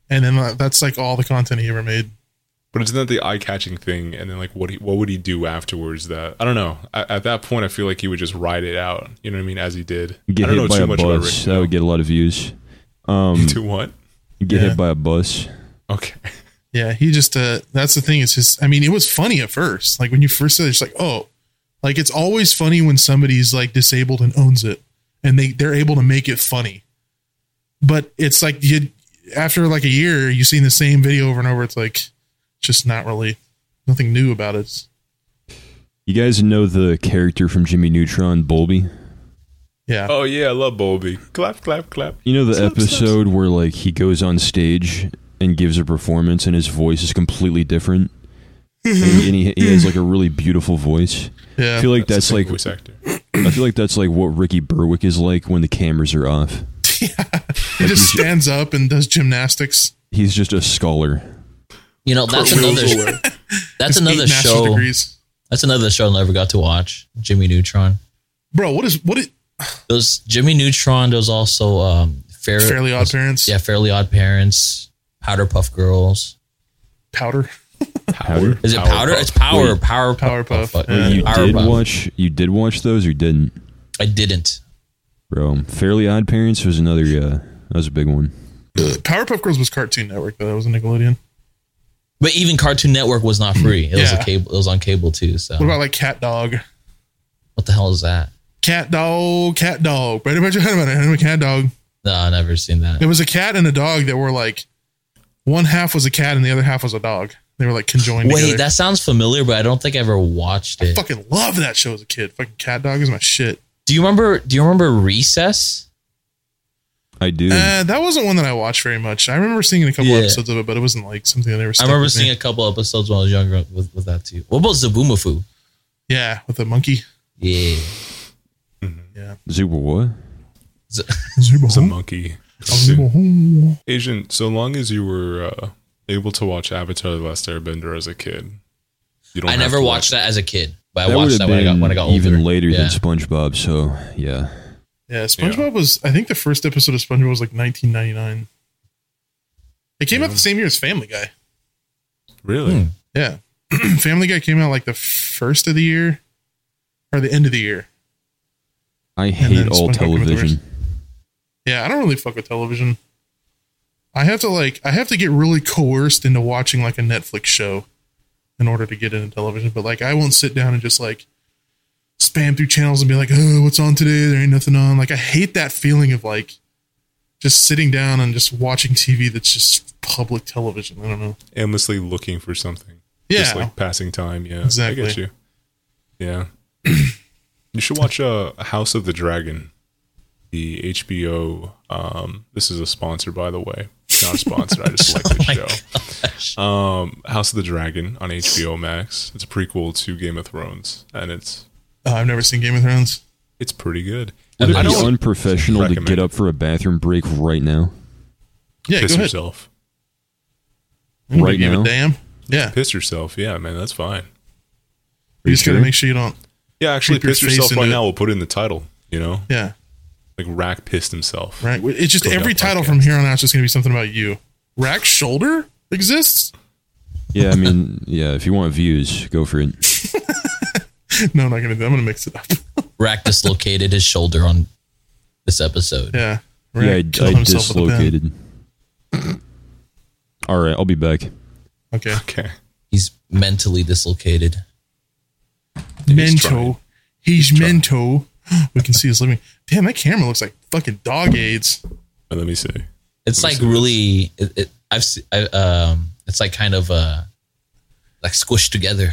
Speaker 1: and then uh, that's like all the content he ever made.
Speaker 3: but isn't that the eye-catching thing? And then like, what he, what would he do afterwards? That I don't know. At, at that point, I feel like he would just ride it out. You know what I mean? As he did.
Speaker 4: Get
Speaker 3: I don't
Speaker 4: hit by a bus.
Speaker 3: Ricky.
Speaker 4: That would get a lot of views. Um,
Speaker 3: Do what?
Speaker 4: get
Speaker 1: Yeah.
Speaker 4: hit by a bus.
Speaker 3: Okay.
Speaker 1: Yeah, he just uh that's the thing, it's just I mean, it was funny at first. Like when you first said it, it's like, oh, like it's always funny when somebody's like disabled and owns it and they, they're able to make it funny. But it's like you after like a year, you've seen the same video over and over, it's like just not really nothing new about it.
Speaker 4: You guys know the character from Jimmy Neutron, Bulby?
Speaker 1: Yeah.
Speaker 3: Oh yeah, I love Bobby. Clap, clap, clap.
Speaker 4: You know the
Speaker 3: Slap, slap,
Speaker 4: episode where like he goes on stage and gives a performance and his voice is completely different? and he, and he, he has like a really beautiful voice. I
Speaker 1: Yeah.
Speaker 4: feel like
Speaker 3: the
Speaker 4: that's
Speaker 3: same
Speaker 4: like
Speaker 3: voice actor.
Speaker 4: I feel like that's like what Ricky Berwick is like when the cameras are off.
Speaker 1: He just stands up and does gymnastics.
Speaker 4: He's just a scholar.
Speaker 2: You know, that's another that's
Speaker 1: It's
Speaker 2: another
Speaker 1: eight master's
Speaker 2: show.
Speaker 1: Degrees.
Speaker 2: That's another show I never got to watch. Jimmy Neutron.
Speaker 1: Bro, what is what is
Speaker 2: Those Jimmy Neutron. Those also um, Fair,
Speaker 1: Fairly Odd Parents?
Speaker 2: Yeah, Fairly Odd Parents. Powderpuff Girls.
Speaker 1: Powder.
Speaker 4: Powder?
Speaker 2: Is it powder? It's power. Power.
Speaker 1: Powerpuff,
Speaker 2: Puff.
Speaker 1: yeah.
Speaker 4: You
Speaker 2: Powerpuff.
Speaker 4: did watch you did watch those or didn't?
Speaker 2: I didn't.
Speaker 4: Bro, Fairly Odd Parents was another uh that was a big one.
Speaker 1: Uh, Powerpuff Girls was Cartoon Network though. That was a Nickelodeon.
Speaker 2: But even Cartoon Network was not free. It was a
Speaker 1: Yeah.
Speaker 2: cable. It was on cable too. So
Speaker 1: What about like Cat Dog?
Speaker 2: what the hell is that?
Speaker 1: Cat Dog, Cat Dog. Right about your head about it. Anime Cat Dog.
Speaker 2: No, I never seen that.
Speaker 1: It was a cat and a dog that were like one half was a cat and the other half was a dog. They were like conjoined
Speaker 2: Wait,
Speaker 1: together.
Speaker 2: that sounds familiar, but I don't think I ever watched it.
Speaker 1: Fucking love that show as a kid. Fucking Cat Dog is my shit.
Speaker 2: Do you remember? Do you remember Recess?
Speaker 4: I do.
Speaker 1: Uh, that wasn't one that I watched very much. I remember seeing a couple
Speaker 2: Yeah.
Speaker 1: episodes of it, but it wasn't like something that ever.
Speaker 2: I
Speaker 1: stuck
Speaker 2: remember
Speaker 1: with me.
Speaker 2: seeing a couple episodes when I was younger with, with that too. What about Zaboomafoo?
Speaker 1: Yeah, with the monkey.
Speaker 2: Yeah,
Speaker 4: Zuba what?
Speaker 3: It's a
Speaker 1: Zubo.
Speaker 3: monkey.
Speaker 1: Zubo.
Speaker 3: Asian. So long as you were uh, able to watch Avatar: The Last Airbender as a kid, you don't.
Speaker 2: I
Speaker 3: have
Speaker 2: never
Speaker 3: to
Speaker 2: watched that as a kid, but I
Speaker 4: would
Speaker 2: watched
Speaker 4: have
Speaker 2: that when I got when I got older.
Speaker 4: even later
Speaker 2: Yeah.
Speaker 4: than SpongeBob, so yeah.
Speaker 1: Yeah, SpongeBob was. I think the first episode of SpongeBob was like 1999. It came out the same year as Family Guy.
Speaker 3: Really?
Speaker 2: Hmm.
Speaker 1: Yeah, Family Guy came out like the first of the year, or the end of the year.
Speaker 4: I
Speaker 1: then
Speaker 4: hate all
Speaker 1: SpongeBob came with the
Speaker 4: television.
Speaker 1: Yeah, I don't really fuck with television. I have to like I have to get really coerced into watching like a Netflix show in order to get into television. But like I won't sit down and just like spam through channels and be like, oh, what's on today? There ain't nothing on. Like I hate that feeling of like just sitting down and just watching TV that's just public television. I don't know.
Speaker 3: Endlessly looking for something.
Speaker 1: Yeah.
Speaker 3: Just like passing time. Yeah. I
Speaker 1: Exactly.
Speaker 3: get you. Yeah. you should watch uh, House of the Dragon, the HBO. Um, this is a sponsor, by the way. Not sponsored. I just like
Speaker 1: Oh
Speaker 3: this show. Um, House of the Dragon on HBO Max. It's a prequel to Game of Thrones, and it's
Speaker 1: Oh, I've never seen Game of Thrones.
Speaker 3: it's pretty good.
Speaker 4: Would it
Speaker 2: I
Speaker 4: be
Speaker 2: don't-
Speaker 4: unprofessional to
Speaker 3: recommend
Speaker 4: get
Speaker 3: it.
Speaker 4: up for a bathroom break right now?
Speaker 1: Yeah,
Speaker 3: Piss
Speaker 1: go ahead.
Speaker 3: yourself.
Speaker 1: I don't
Speaker 4: Right
Speaker 1: give
Speaker 4: now?
Speaker 1: a damn. Yeah,
Speaker 3: Piss yourself. Yeah, man, that's fine.
Speaker 1: you just gotta
Speaker 4: sure?
Speaker 1: make sure you don't.
Speaker 3: Yeah, actually,
Speaker 1: Keep your
Speaker 3: piss
Speaker 1: face
Speaker 3: yourself
Speaker 1: into
Speaker 3: right
Speaker 1: it.
Speaker 3: now. We'll put it in the title. You know,
Speaker 1: Yeah,
Speaker 3: like Rack pissed himself.
Speaker 1: right. It's just
Speaker 3: Go
Speaker 1: every
Speaker 3: down
Speaker 1: title
Speaker 3: podcast.
Speaker 1: from here on out is just gonna be something about you. Rack shoulder exists.
Speaker 4: Yeah, I mean, yeah. If you want views, go for it.
Speaker 1: No, I'm not gonna. do that. I'm gonna mix it up.
Speaker 2: Rack dislocated his shoulder on this episode.
Speaker 1: Yeah.
Speaker 4: Yeah,
Speaker 1: Right.
Speaker 4: I, I dislocated. All right, I'll be back.
Speaker 1: Okay.
Speaker 3: Okay.
Speaker 2: He's mentally dislocated.
Speaker 1: Mento. He's, Mento. We can see his living. Damn, that camera looks like fucking dog aids.
Speaker 3: Uh, Let me see.
Speaker 2: It's like really. It, it, I've se- I, um. It's like kind of uh, like squished together.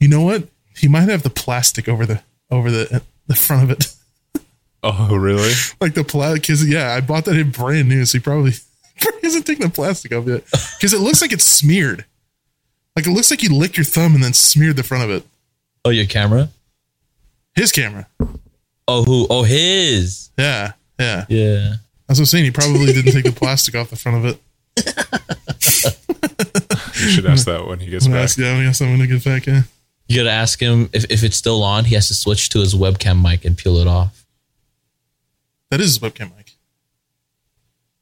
Speaker 1: You know what? He might have the plastic over the over the the front of it,
Speaker 3: Oh, really?
Speaker 1: like the plastic. Cause yeah, I bought that in brand new, so he probably, probably hasn't taken the plastic off yet. Cause it looks like it's smeared. Like it looks like you licked your thumb and then smeared the front of it.
Speaker 2: Oh, your camera.
Speaker 1: His camera.
Speaker 2: Oh, who? Oh, his.
Speaker 1: Yeah. Yeah.
Speaker 2: Yeah.
Speaker 1: That's what I'm saying. He probably didn't take the plastic off the front of it.
Speaker 3: You should ask that when he gets
Speaker 1: When I
Speaker 3: back.
Speaker 1: asked, yeah, when I asked someone to get back in.
Speaker 2: You gotta ask him if, if it's still on. He has to switch to his webcam mic and peel it off.
Speaker 1: That is his webcam mic.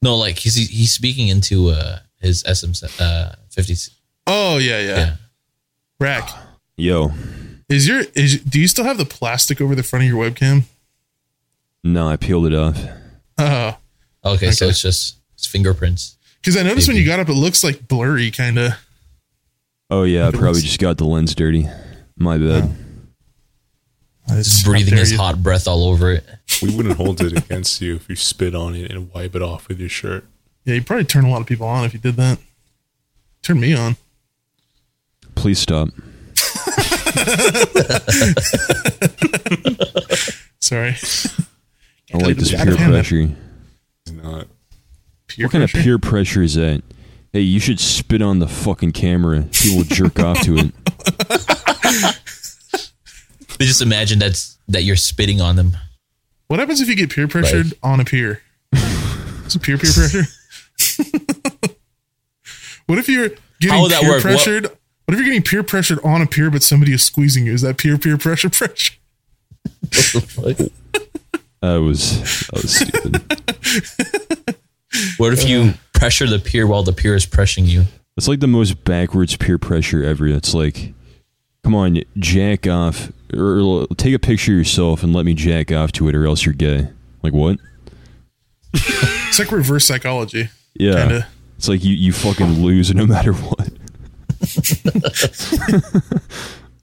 Speaker 2: No, like he's he's speaking into uh his SM uh fifty.
Speaker 1: Oh yeah, yeah.
Speaker 2: Yeah.
Speaker 1: Rack.
Speaker 4: Yo,
Speaker 1: Is your is do you still have the plastic over the front of your webcam?
Speaker 4: no, I peeled it off.
Speaker 1: Oh,
Speaker 2: Okay, so
Speaker 1: Okay.
Speaker 2: it's just it's fingerprints.
Speaker 1: because I noticed when you got up, it looks like blurry, kind of.
Speaker 4: Oh yeah, I
Speaker 1: It
Speaker 4: probably
Speaker 1: was-
Speaker 4: just got the lens dirty. My bad.
Speaker 2: Just breathing his hot breath all over it.
Speaker 3: We wouldn't hold it against you if you spit on it and wipe it off with your shirt.
Speaker 1: Yeah, you probably turn a lot of people on if you did that. Turn me on.
Speaker 4: Please stop.
Speaker 1: Sorry.
Speaker 4: I like this
Speaker 1: Yeah,
Speaker 4: peer
Speaker 1: damn it.
Speaker 4: pressure.
Speaker 3: He's not.
Speaker 1: Peer
Speaker 4: what kind
Speaker 1: pressure?
Speaker 4: of peer pressure is that? Hey, you should spit on the fucking camera. People will jerk off to it.
Speaker 2: They just imagine that's that you're spitting on them.
Speaker 1: What happens if you get peer pressured on a peer? Is it peer peer pressure? what if you're getting
Speaker 2: How would that
Speaker 1: peer
Speaker 2: work? What-
Speaker 1: pressured? What? if you're getting peer pressured on a peer, but somebody is squeezing you? Is that peer peer pressure pressure?
Speaker 4: That was that was stupid.
Speaker 2: What if you pressure the peer while the peer is pressuring you?
Speaker 4: That's like the most backwards peer pressure ever. It's like, come on, jack off, or l- take a picture of yourself and let me jack off to it, or else you're gay. Like what?
Speaker 1: It's like reverse psychology.
Speaker 4: Yeah,
Speaker 1: Kinda.
Speaker 4: it's like you you fucking lose no matter what.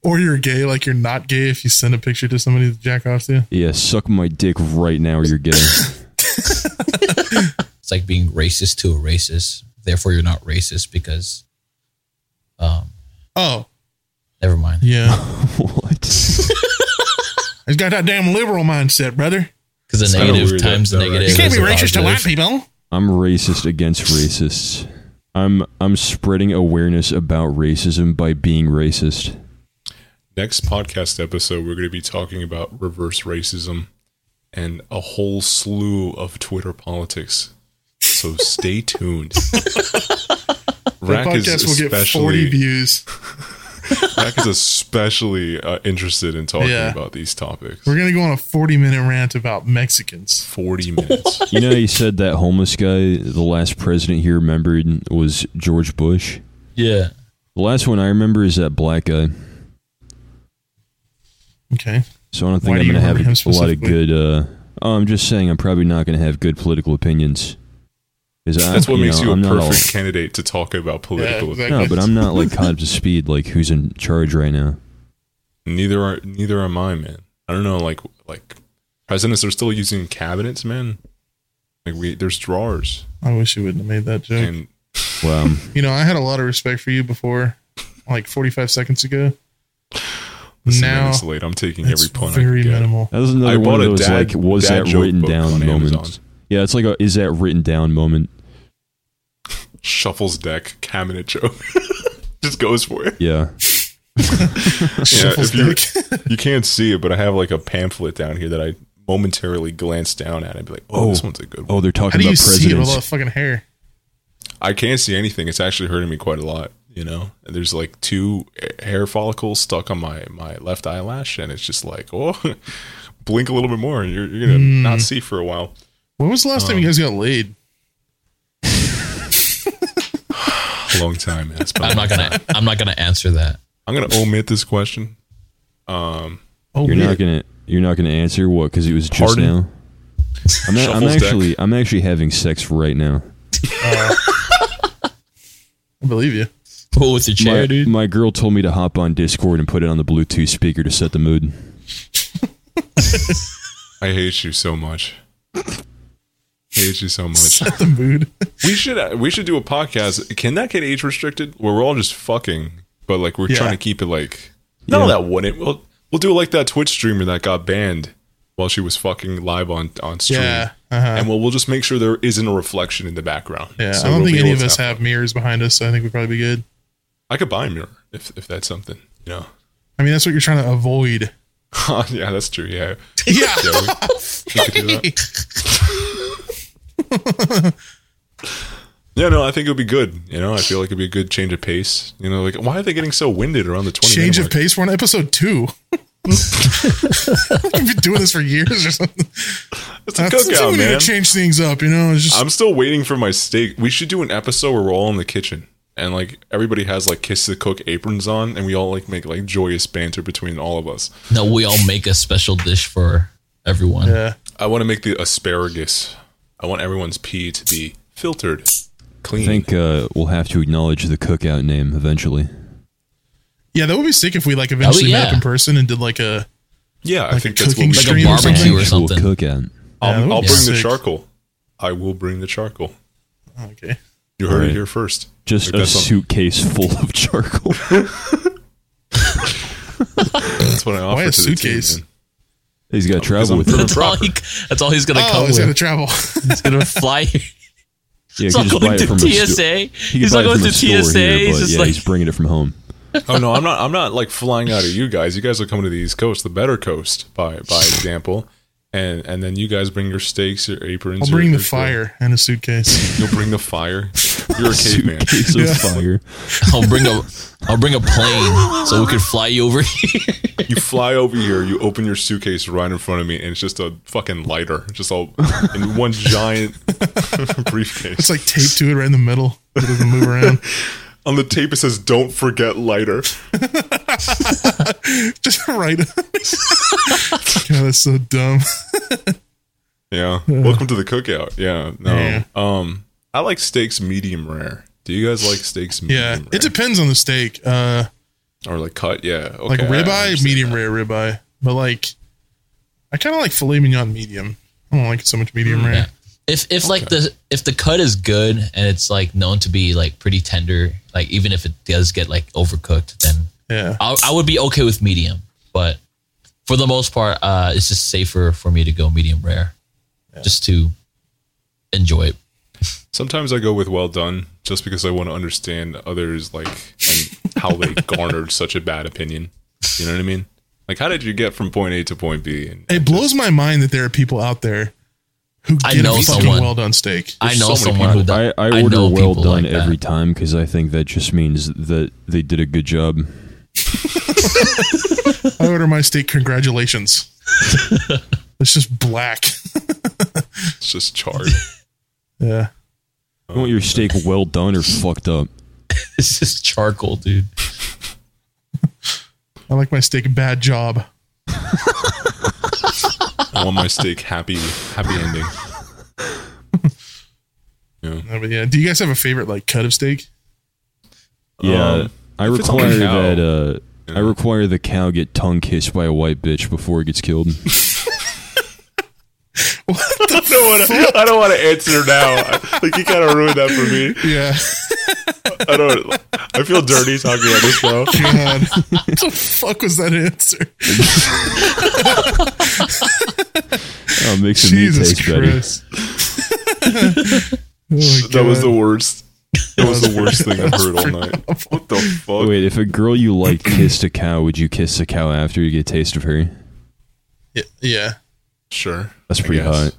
Speaker 1: Or you're gay, like you're not gay if you send a picture to somebody to jack off to.
Speaker 4: Yeah, suck my dick right now, or you're gay.
Speaker 2: It's like being racist to a racist. Therefore, you're not racist because. Um.
Speaker 1: Oh,
Speaker 2: Never mind.
Speaker 1: yeah.
Speaker 4: what?
Speaker 1: He's got that damn liberal mindset, brother.
Speaker 2: Because the
Speaker 3: kinda
Speaker 2: negative
Speaker 3: weird
Speaker 2: times
Speaker 3: that-
Speaker 2: the
Speaker 3: that
Speaker 2: negative.
Speaker 3: You can't
Speaker 2: is a positive.
Speaker 1: people.
Speaker 4: I'm racist against racists. I'm I'm spreading awareness about racism by being racist.
Speaker 3: Next podcast episode, we're going to be talking about reverse racism and a whole slew of Twitter politics. So stay tuned.
Speaker 1: That
Speaker 3: Rack is
Speaker 1: podcast will get 40
Speaker 3: especially
Speaker 1: views.
Speaker 3: Rack is especially uh, interested in talking
Speaker 1: Yeah.
Speaker 3: about these topics.
Speaker 1: We're going to go on a 40 minute rant about Mexicans.
Speaker 3: Forty minutes.
Speaker 4: You know, you said that homeless guy, the last president he remembered was George Bush.
Speaker 2: Yeah.
Speaker 4: The last one I remember is that black guy.
Speaker 1: Okay.
Speaker 4: So I don't think
Speaker 1: Why do
Speaker 4: I'm
Speaker 1: you
Speaker 4: going to have
Speaker 1: remember
Speaker 4: a
Speaker 1: him
Speaker 4: lot of
Speaker 1: specifically?
Speaker 4: good. Uh, oh, I'm just saying, I'm probably not going to have good political opinions. 'Cause I-
Speaker 3: That's what makes
Speaker 4: know,
Speaker 3: you a
Speaker 4: I'm not all-
Speaker 3: perfect candidate to talk about political.
Speaker 1: Yeah, exactly.
Speaker 4: No, but I'm not like caught up to speed. Like who's in charge right now?
Speaker 3: Neither are neither am I, man. I don't know, like like presidents are still using cabinets, man. Like we there's drawers
Speaker 1: I wish you wouldn't have made that joke.
Speaker 3: and
Speaker 4: Wow.
Speaker 1: You know, I had a lot of respect for you before, like 45 seconds ago.
Speaker 3: listen, man,
Speaker 1: now,
Speaker 3: it's late. I'm taking
Speaker 1: it's
Speaker 3: every pun.
Speaker 1: very
Speaker 3: I can get.
Speaker 1: minimal.
Speaker 4: That was another
Speaker 3: I
Speaker 4: one
Speaker 3: bought
Speaker 4: of
Speaker 3: a
Speaker 4: those
Speaker 3: dad-
Speaker 4: like, was that
Speaker 3: dad joke
Speaker 4: written
Speaker 3: book
Speaker 4: down
Speaker 3: on
Speaker 4: moments?
Speaker 3: Amazon.
Speaker 4: Yeah, it's like a is that written down moment.
Speaker 3: Shuffles deck cabinet joke. Just goes for it.
Speaker 4: Yeah,
Speaker 3: Yeah,
Speaker 1: Shuffles
Speaker 3: if you,
Speaker 1: deck.
Speaker 3: you can't see it, but I have like a pamphlet down here that I momentarily glance down at and be like, oh, this
Speaker 4: Oh.
Speaker 3: one's a good one.
Speaker 4: Oh, they're
Speaker 1: How
Speaker 4: talking
Speaker 1: do you
Speaker 4: about
Speaker 1: see it with all
Speaker 4: presidents.
Speaker 1: that fucking hair?
Speaker 3: I can't see anything. It's actually hurting me quite a lot. You know, And there's like two hair follicles stuck on my my left eyelash, and it's just like, oh, blink a little bit more, and you're, you're gonna
Speaker 2: Hmm.
Speaker 3: not see for a while.
Speaker 1: When was the last
Speaker 3: Um,
Speaker 1: time you guys got laid?
Speaker 3: A long time. Has
Speaker 2: I'm not gonna. I'm not gonna answer that.
Speaker 3: I'm gonna omit this question.
Speaker 1: Oh,
Speaker 4: You're
Speaker 1: man.
Speaker 4: not gonna you're not gonna answer what because it was just
Speaker 3: Pardon?
Speaker 4: now. I'm, a- I'm
Speaker 3: Shuffles deck.
Speaker 4: actually I'm actually having sex right now.
Speaker 1: I believe you.
Speaker 2: Pull with your chair,
Speaker 4: My,
Speaker 2: dude.
Speaker 4: my girl told me to hop on Discord and put it on the Bluetooth speaker to set the mood.
Speaker 3: I hate you so much. hate you so much.
Speaker 1: Set the mood.
Speaker 3: we should uh, we should do a podcast. Can that get age restricted? Where we're all just fucking, but like we're
Speaker 1: Yeah.
Speaker 3: trying to keep it like. No, that wouldn't. We'll we'll do it like that Twitch streamer that got banned while she was fucking live on on stream.
Speaker 1: yeah. Uh-huh.
Speaker 3: and we'll, we'll just make sure there isn't a reflection in the background.
Speaker 1: Yeah.
Speaker 3: So
Speaker 1: I don't
Speaker 3: we'll
Speaker 1: think
Speaker 3: be
Speaker 1: any
Speaker 3: able
Speaker 1: of
Speaker 3: to
Speaker 1: us
Speaker 3: tap-
Speaker 1: have mirrors behind us, so I think we'd probably be good.
Speaker 3: I could buy a mirror if, if that's something. You know.
Speaker 1: I mean, that's what you're trying to avoid.
Speaker 3: yeah, that's true. Yeah.
Speaker 1: Yeah.
Speaker 3: Yeah, we, we could do that. yeah, no, I think it would be good. You know, I feel like it'd be a good change of pace. You know, like why are they getting so winded around the twenty?
Speaker 1: Change of
Speaker 3: minute mark?
Speaker 1: pace. We're on episode two. We've been doing this for years or something.
Speaker 3: It's a
Speaker 1: I think
Speaker 3: cookout,
Speaker 1: we need
Speaker 3: man.
Speaker 1: to change things up, you know? It's just
Speaker 3: I'm still waiting for my steak. We should do an episode where we're all in the kitchen and like everybody has like kiss the cook aprons on, and we all like make like joyous banter between all of us.
Speaker 2: No, we all make a special dish for everyone.
Speaker 1: Yeah.
Speaker 3: I want to make the asparagus. I want everyone's pee to be filtered,
Speaker 4: I
Speaker 3: clean.
Speaker 4: think uh, we'll have to acknowledge the cookout name eventually.
Speaker 1: Yeah, that would be sick if we like eventually met up
Speaker 2: yeah.
Speaker 1: in person and did like a
Speaker 3: yeah, I
Speaker 1: like
Speaker 3: think
Speaker 1: a
Speaker 3: that's what
Speaker 1: cooking
Speaker 3: we
Speaker 2: Like
Speaker 3: should.
Speaker 2: a
Speaker 1: stream or something.
Speaker 2: barbecue or
Speaker 4: Actual
Speaker 2: something.
Speaker 4: cookout.
Speaker 1: Yeah, that
Speaker 3: I'll,
Speaker 1: would
Speaker 3: I'll
Speaker 1: be
Speaker 3: bring the
Speaker 1: sick.
Speaker 3: charcoal. I will bring the charcoal.
Speaker 1: Oh, Okay.
Speaker 3: You heard
Speaker 4: Alright.
Speaker 3: it here first.
Speaker 4: Just
Speaker 3: Like,
Speaker 4: a
Speaker 3: that's something-
Speaker 4: suitcase full of charcoal.
Speaker 3: That's what I offer
Speaker 1: Why a
Speaker 3: to the team,
Speaker 1: suitcase?
Speaker 3: man.
Speaker 4: He's
Speaker 3: Oh,
Speaker 4: got to travel with it.
Speaker 3: Proper.
Speaker 2: That's all, he, that's all he's gonna
Speaker 1: oh,
Speaker 2: come
Speaker 1: he's
Speaker 2: with.
Speaker 1: gonna travel.
Speaker 2: he's gonna fly.
Speaker 4: Yeah,
Speaker 2: he's
Speaker 4: he
Speaker 2: not
Speaker 4: can just buy
Speaker 2: going
Speaker 4: it from
Speaker 2: through
Speaker 4: a sto-
Speaker 2: TSA.
Speaker 4: he can
Speaker 2: he's
Speaker 4: buy
Speaker 2: not
Speaker 4: it from
Speaker 2: going
Speaker 4: a
Speaker 2: through
Speaker 4: store
Speaker 2: TSA.
Speaker 4: here,
Speaker 2: he's
Speaker 4: but
Speaker 2: just
Speaker 4: yeah,
Speaker 2: like
Speaker 4: he's bringing it from home.
Speaker 3: Oh no, I'm not. I'm not like flying out of you guys. You guys are coming to the East Coast, the better coast, by by example, and and then you guys bring your steaks, your aprons.
Speaker 1: I'll
Speaker 3: your-
Speaker 1: bring the
Speaker 3: your-
Speaker 1: fire and a suitcase.
Speaker 3: You'll bring the fire. You're a caveman.
Speaker 4: Suitcase of
Speaker 1: Yeah.
Speaker 4: fire.
Speaker 2: I'll bring a I'll bring a plane so we can fly you over here.
Speaker 3: You fly over here. You open your suitcase right in front of me, and it's just a fucking lighter, just all in one giant briefcase.
Speaker 1: It's like taped to it right in the middle. It doesn't move around.
Speaker 3: On the tape, it says "Don't forget lighter."
Speaker 1: Just right. God, that's so dumb.
Speaker 3: Yeah. Welcome to the cookout. Yeah. No.
Speaker 1: Yeah.
Speaker 3: Um, I like steaks medium rare. Do you guys like steaks medium
Speaker 1: Yeah,
Speaker 3: rare?
Speaker 1: it depends on the steak. Uh,
Speaker 3: or like cut? Yeah. Okay.
Speaker 1: like
Speaker 3: I
Speaker 1: ribeye,
Speaker 3: understand.
Speaker 1: medium rare ribeye. But like, I kind of like filet mignon medium. I don't like it so much medium rare.
Speaker 2: If if like the if the cut is good and it's like known to be like pretty tender, like even if it does get like overcooked, then
Speaker 1: Yeah.
Speaker 2: I, I would be okay with medium. But for the most part, uh, it's just safer for me to go medium rare, just to enjoy it.
Speaker 3: Sometimes I go with well done just because I want to understand others like and how they garnered such a bad opinion. You know what I mean? Like, how did you get from point A to point B? And
Speaker 1: It blows my mind that there are people out there who
Speaker 2: I
Speaker 1: get a
Speaker 2: know
Speaker 1: fucking
Speaker 2: someone.
Speaker 1: well done steak.
Speaker 2: I know
Speaker 3: so many
Speaker 2: someone who
Speaker 4: I,
Speaker 2: does.
Speaker 4: I order
Speaker 2: know
Speaker 4: well
Speaker 2: people
Speaker 4: done
Speaker 2: like that.
Speaker 4: every time because I think that just means that they did a good job.
Speaker 1: I order my steak. Congratulations. it's just black.
Speaker 3: it's just charred.
Speaker 1: Yeah.
Speaker 4: You want your steak well done or fucked up?
Speaker 2: It's just charcoal, dude.
Speaker 1: I like my steak. Bad job.
Speaker 3: I want my steak happy, happy ending.
Speaker 1: No, Uh, but yeah. Do you guys have a favorite like cut of steak?
Speaker 4: Yeah,
Speaker 3: Um,
Speaker 4: I
Speaker 3: if it's on a
Speaker 4: require
Speaker 3: cow,
Speaker 4: that. Uh, I require the cow get tongue kissed by a white bitch before it gets killed. Oh,
Speaker 3: I don't want to. I don't want to answer now. Like you kind of ruined that for me.
Speaker 1: Yeah.
Speaker 3: I don't. I feel dirty talking about this now.
Speaker 1: God. what the fuck was that answer?
Speaker 4: oh, it makes the meat
Speaker 1: Jesus
Speaker 4: taste better.
Speaker 1: Christ. Oh my
Speaker 3: That was
Speaker 1: God.
Speaker 3: the worst. That was the worst thing I've heard all night.
Speaker 1: Oh,
Speaker 3: What the fuck?
Speaker 4: Wait, if a girl you like kissed a cow, would you kiss the cow after you get a taste of her?
Speaker 1: Yeah. yeah.
Speaker 3: Sure,
Speaker 4: That's
Speaker 3: I
Speaker 4: pretty
Speaker 3: guess.
Speaker 4: hot.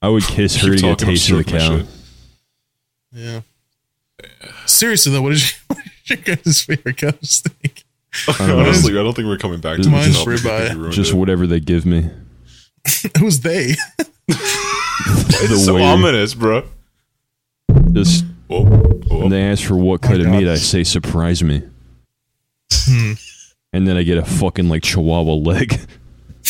Speaker 4: I would kiss her
Speaker 3: Keep
Speaker 4: to get a
Speaker 3: talking, I'm
Speaker 4: taste of the
Speaker 3: stroking my
Speaker 4: cow.
Speaker 3: shit.
Speaker 1: Yeah. Seriously though, what is, your, what is your guys' favorite cut of steak?
Speaker 4: Um,
Speaker 3: Honestly, I don't think we're coming back to
Speaker 4: Mine's
Speaker 3: this. topic.
Speaker 1: ribeye.
Speaker 3: I think you ruined
Speaker 4: Just
Speaker 3: it.
Speaker 4: whatever they give me.
Speaker 1: It was they.
Speaker 4: The
Speaker 3: it's so
Speaker 4: waiter.
Speaker 3: ominous, bro.
Speaker 4: Just
Speaker 3: Oh, oh.
Speaker 4: when they ask for what cut of
Speaker 1: God.
Speaker 4: meat, I say surprise me.
Speaker 3: Hmm.
Speaker 4: and then I get a fucking like chihuahua leg.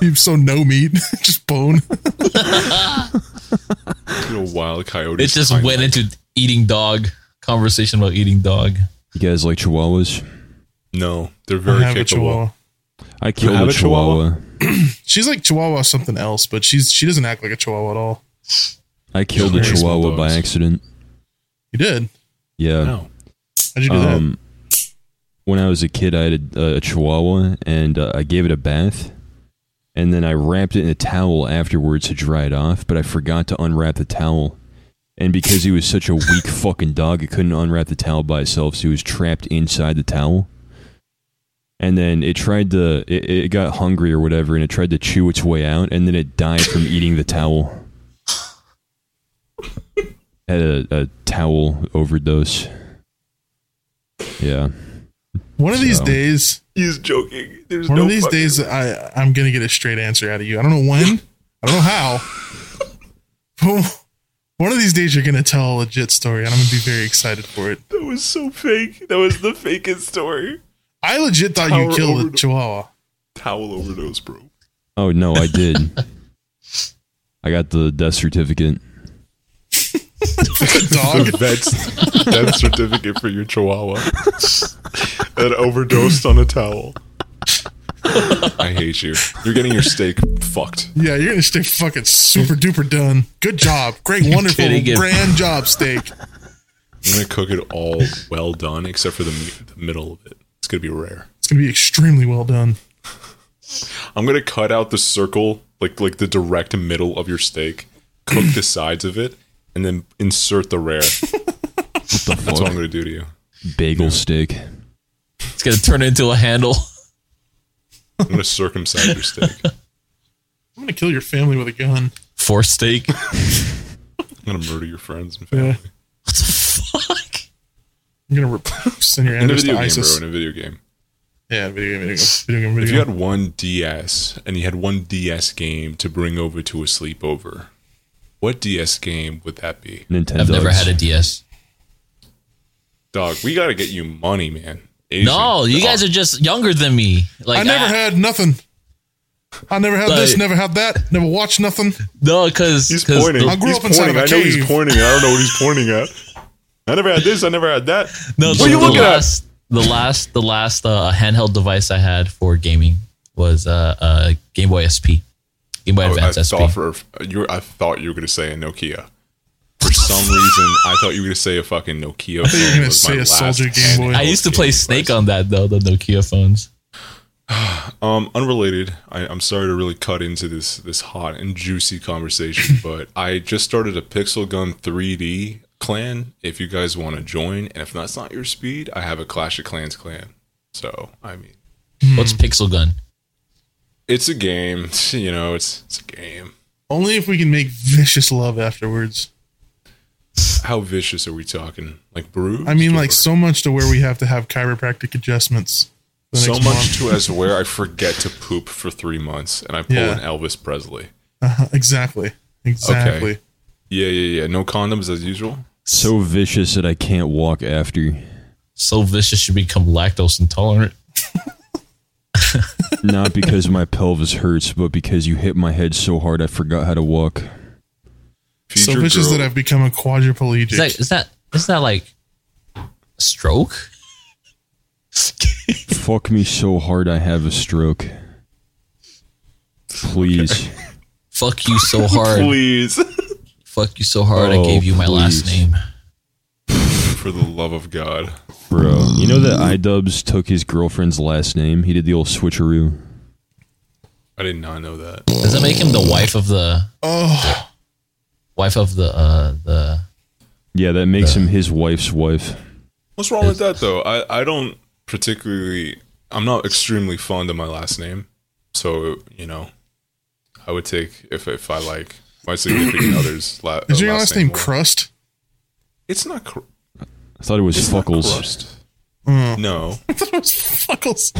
Speaker 1: You so no meat, just bone.
Speaker 3: You know, wild coyote.
Speaker 2: It just went into eating dog conversation about eating dog.
Speaker 4: You guys like chihuahuas?
Speaker 3: No, they're very
Speaker 1: have a
Speaker 3: capable.
Speaker 1: chihuahua.
Speaker 4: I killed
Speaker 3: have
Speaker 4: a
Speaker 3: a chihuahua?
Speaker 4: chihuahua.
Speaker 1: She's like chihuahua something else, but she's she doesn't act like a chihuahua at all.
Speaker 4: I killed a
Speaker 3: Very small
Speaker 4: chihuahua by
Speaker 3: dogs.
Speaker 4: accident.
Speaker 1: You did?
Speaker 4: Yeah.
Speaker 3: No,
Speaker 1: How'd you do
Speaker 4: Um, when I was a kid, I had a, a chihuahua, and uh, I gave it a bath, and then I wrapped it in a towel afterwards to dry it off. But I forgot to unwrap the towel, and because he was such a weak fucking dog, it couldn't unwrap the towel by itself, so he was trapped inside the towel. And then it tried to, it, it got hungry or whatever, and it tried to chew its way out, and then it died from eating the towel. Had a, a towel overdose. Yeah.
Speaker 1: that? One of these
Speaker 4: so-
Speaker 1: days,
Speaker 3: he's joking. There's
Speaker 1: one
Speaker 3: no
Speaker 1: of these
Speaker 3: fucking-
Speaker 1: days, I I'm gonna get a straight answer out of you. I don't know when, I don't know how, but one of these days you're gonna tell a legit story, and I'm gonna be very excited for it.
Speaker 3: That was so fake. That was the fakest story.
Speaker 1: I legit thought you
Speaker 3: Power
Speaker 1: killed a
Speaker 3: overdose.
Speaker 1: chihuahua.
Speaker 3: Towel overdose, bro.
Speaker 4: Oh no, I did. I got the death certificate.
Speaker 1: Dog.
Speaker 3: That's death certificate for your chihuahua that overdosed on a towel. I hate you. You're getting your steak fucked.
Speaker 1: Yeah, you're gonna stay fucking super duper done. Good job, great, wonderful,
Speaker 2: kidding, it-
Speaker 1: grand job, steak.
Speaker 3: I'm gonna cook it all well done, except for the, m- the middle of it. It's gonna be rare.
Speaker 1: It's gonna be extremely well done.
Speaker 3: I'm gonna cut out the circle, like like the direct middle of your steak, cook the sides of it, and then insert the rare. That's
Speaker 4: What the
Speaker 3: what I'm
Speaker 4: fuck?
Speaker 3: gonna do to you.
Speaker 4: Bagel stick.
Speaker 2: It's gonna turn into a handle.
Speaker 3: I'm gonna circumcise your steak.
Speaker 1: I'm gonna kill your family with a gun.
Speaker 2: For steak. What
Speaker 3: I'm gonna murder your friends and family.
Speaker 1: Yeah.
Speaker 2: the fuck?
Speaker 1: I'm gonna rep- send your
Speaker 3: In a
Speaker 1: enemies
Speaker 3: video
Speaker 1: to
Speaker 3: game,
Speaker 1: ISIS.
Speaker 3: bro. In a video game.
Speaker 1: Yeah, video game, video game, video game,
Speaker 3: If
Speaker 1: video
Speaker 3: you
Speaker 1: game.
Speaker 3: had one DS and you had one DS game to bring over to a sleepover, what DS game would that be?
Speaker 4: Nintendo.
Speaker 2: I've never had a DS.
Speaker 3: Dog, we gotta get you money, man.
Speaker 2: No,
Speaker 3: "Oh."
Speaker 2: you guys are just younger than me. Like
Speaker 1: I never had nothing. I never had this,
Speaker 2: Like-
Speaker 1: never had that, never watched nothing.
Speaker 2: No, because
Speaker 3: He's pointing.
Speaker 1: I grew
Speaker 3: he's
Speaker 1: up inside
Speaker 3: pointing.
Speaker 1: of a
Speaker 3: I know he's
Speaker 1: cave.
Speaker 3: pointing. I don't know what he's pointing at. I never had this. I never had that.
Speaker 2: No,
Speaker 3: What
Speaker 2: the,
Speaker 3: are you
Speaker 2: the
Speaker 3: looking at?
Speaker 2: last, The last, the last uh, handheld device I had for gaming was uh, uh, Game Boy SP, Game Boy
Speaker 3: I, I
Speaker 2: Advance SP.
Speaker 3: thought for uh, you. Were, I thought you were gonna say a Nokia. For some reason, I thought you were gonna say a fucking Nokia.
Speaker 1: you were
Speaker 3: phone
Speaker 1: gonna
Speaker 3: was my
Speaker 1: say a
Speaker 3: last
Speaker 1: Soldier Game Boy.
Speaker 3: handheld
Speaker 2: I used to play
Speaker 3: game
Speaker 2: Snake
Speaker 3: device.
Speaker 2: on that though, the Nokia phones.
Speaker 3: Um, unrelated. I, I'm sorry to really cut into this this hot and juicy conversation, but I just started a Pixel Gun 3D clan. If you guys want to join, and if that's not your speed, I have a Clash of Clans clan. So I mean,
Speaker 2: What's Pixel Gun?
Speaker 3: it's a game. You know, it's it's a game.
Speaker 1: Only if we can make vicious love afterwards.
Speaker 3: How vicious are we talking? Like bruised?
Speaker 1: I mean, like
Speaker 3: or-
Speaker 1: so much to where we have to have chiropractic adjustments. the
Speaker 3: so
Speaker 1: next
Speaker 3: much to as where I forget to poop for three months, and I pull
Speaker 1: Yeah.
Speaker 3: an Elvis Presley.
Speaker 1: month. Uh-huh, exactly, exactly.
Speaker 3: Yeah, yeah, yeah. No condoms as usual.
Speaker 4: So vicious that I can't walk after.
Speaker 2: So vicious you become lactose intolerant.
Speaker 4: Not because my pelvis hurts, but because you hit my head so hard I forgot how to walk.
Speaker 1: So vicious that I've become a quadriplegic.
Speaker 2: Is that is that is that like stroke?
Speaker 4: Fuck me so hard I have a stroke. Please.
Speaker 2: Fuck you so hard.
Speaker 3: Please,
Speaker 2: Fuck you so hard. I
Speaker 4: Oh,
Speaker 2: gave you my last
Speaker 4: please.
Speaker 2: name.
Speaker 3: for the love of God.
Speaker 4: Bro, you know that iDubbbz took his girlfriend's last name? He did the old switcheroo.
Speaker 3: I did not know that.
Speaker 2: Does that make him the wife of the
Speaker 1: oh,
Speaker 2: wife of the uh, the?
Speaker 4: Yeah, that makes him his wife's wife.
Speaker 3: What's wrong with that though? I, I don't particularly I'm not extremely fond of my last name. So, you know, I would take if if I like my significant other's la-
Speaker 1: is
Speaker 3: uh,
Speaker 1: your last name
Speaker 3: more.
Speaker 1: Crust?
Speaker 3: It's not cr-
Speaker 4: I thought it was
Speaker 3: it's not
Speaker 4: Fuckles.
Speaker 3: crust.
Speaker 1: Mm.
Speaker 3: No.
Speaker 1: Fuckles.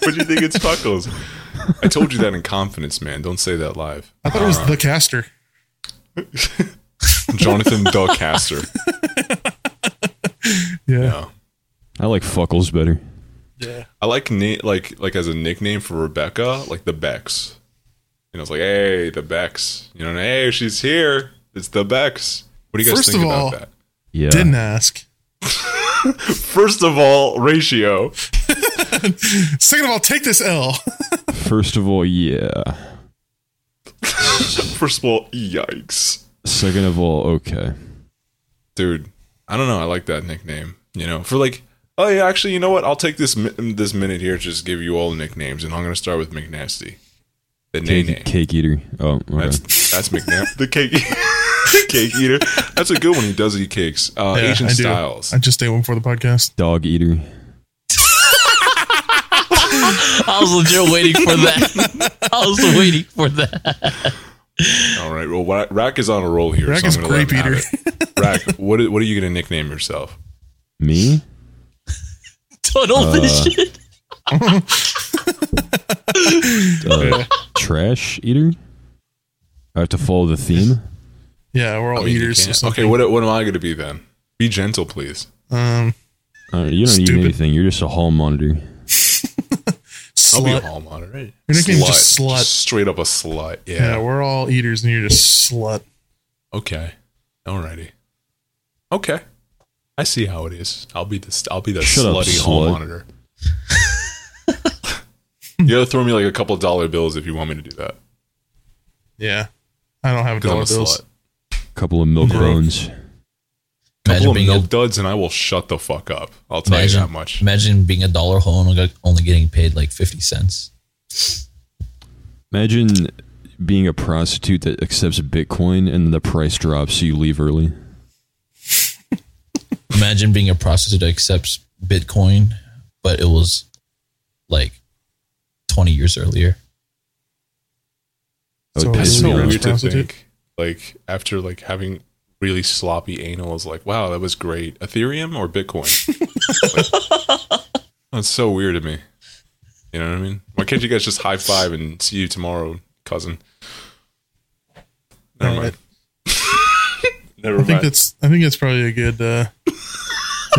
Speaker 3: but you think it's Fuckles. I told you that in confidence, man. Don't say that live.
Speaker 1: I thought it was the caster.
Speaker 3: Jonathan Duckcaster.
Speaker 1: Yeah,
Speaker 3: No.
Speaker 4: I like Fuckles better.
Speaker 1: yeah.
Speaker 3: I like na- like like as a nickname for Rebecca, like the Bex. You know, it's like, hey, the Bex. You know, and, hey, she's here. It's the Bex. What do you guys
Speaker 1: First
Speaker 3: think
Speaker 1: of
Speaker 3: about
Speaker 1: all-
Speaker 3: that?
Speaker 4: Yeah.
Speaker 1: Didn't ask.
Speaker 3: First of all, ratio.
Speaker 1: Second of all, take this L.
Speaker 4: First of all, yeah.
Speaker 3: First of all, yikes,
Speaker 4: Second of all, okay.
Speaker 3: dude. I don't know. I like that nickname. You know, for like, oh yeah, actually, you know what? I'll take this mi- this minute here to just give you all nicknames, and I'm gonna start with McNasty. The nay
Speaker 4: Cake,
Speaker 3: nay.
Speaker 4: cake eater. Oh, okay.
Speaker 3: That's that's McNasty. the cake. e-, cake eater. That's a good one. He does eat cakes. Uh,
Speaker 1: Yeah,
Speaker 3: Asian
Speaker 1: I do.
Speaker 3: Styles.
Speaker 1: I just ate one for the podcast.
Speaker 4: Dog eater.
Speaker 2: I was legit waiting for that. I was waiting for that.
Speaker 3: All right. Well, Wa- Rack is on a roll here.
Speaker 1: Rack
Speaker 3: so
Speaker 1: is
Speaker 3: I'm gonna let
Speaker 1: grape
Speaker 3: him have
Speaker 1: eater.
Speaker 3: it. Rack, what are, what are you going to nickname yourself?
Speaker 4: Me?
Speaker 2: Tunnel vision.
Speaker 4: Uh, trash eater? I have to follow the theme.
Speaker 1: Yeah, we're all
Speaker 3: I mean, Oh, you
Speaker 1: eaters.
Speaker 3: can't-
Speaker 1: so
Speaker 3: okay. What what am I going to be then? Be gentle, please.
Speaker 1: Um,
Speaker 4: Uh, you don't
Speaker 1: Stupid.
Speaker 4: eat anything. You're just a hall monitor.
Speaker 3: I'll be a
Speaker 1: slut.
Speaker 3: hall monitor. Right?
Speaker 1: Your nickname's just slut.
Speaker 3: straight up a slut.
Speaker 1: Yeah,
Speaker 3: Yeah.
Speaker 1: we're all eaters, and you're just slut.
Speaker 3: Okay. Alrighty. Okay. I see how it is. I'll be the I'll be the
Speaker 4: Shut up,
Speaker 3: slutty hall
Speaker 4: slut.
Speaker 3: monitor. you gotta throw me like a couple dollar bills if you want me to do that.
Speaker 1: Yeah, I don't have a
Speaker 3: Because I'm
Speaker 1: dollar
Speaker 3: a
Speaker 1: bills.
Speaker 3: slut.
Speaker 4: Couple of milk
Speaker 1: Broke.
Speaker 4: bones.
Speaker 3: couple
Speaker 2: Imagine
Speaker 3: of
Speaker 2: being
Speaker 3: milk
Speaker 2: a-
Speaker 3: duds and I will shut the fuck up. I'll tell you that much.
Speaker 2: Imagine being a dollar hole and only- only getting paid like fifty cents.
Speaker 4: Imagine being a prostitute that accepts Bitcoin and the price drops, so you leave early.
Speaker 2: Imagine being a prostitute that accepts Bitcoin, but it was like twenty years earlier.
Speaker 4: That
Speaker 1: So
Speaker 4: would
Speaker 1: Really
Speaker 3: That's
Speaker 4: piss
Speaker 3: so
Speaker 4: me off.
Speaker 1: rich
Speaker 3: weird to
Speaker 1: prostitute?
Speaker 3: think. Like after like having really sloppy anal is like, wow, that was great. Ethereum or Bitcoin? Like, that's so weird to me. You know what I mean? Why can't you guys just high five and see you tomorrow, cousin? Never
Speaker 1: Right.
Speaker 3: mind. Never
Speaker 1: I think
Speaker 3: mind.
Speaker 1: that's I think that's probably a good uh,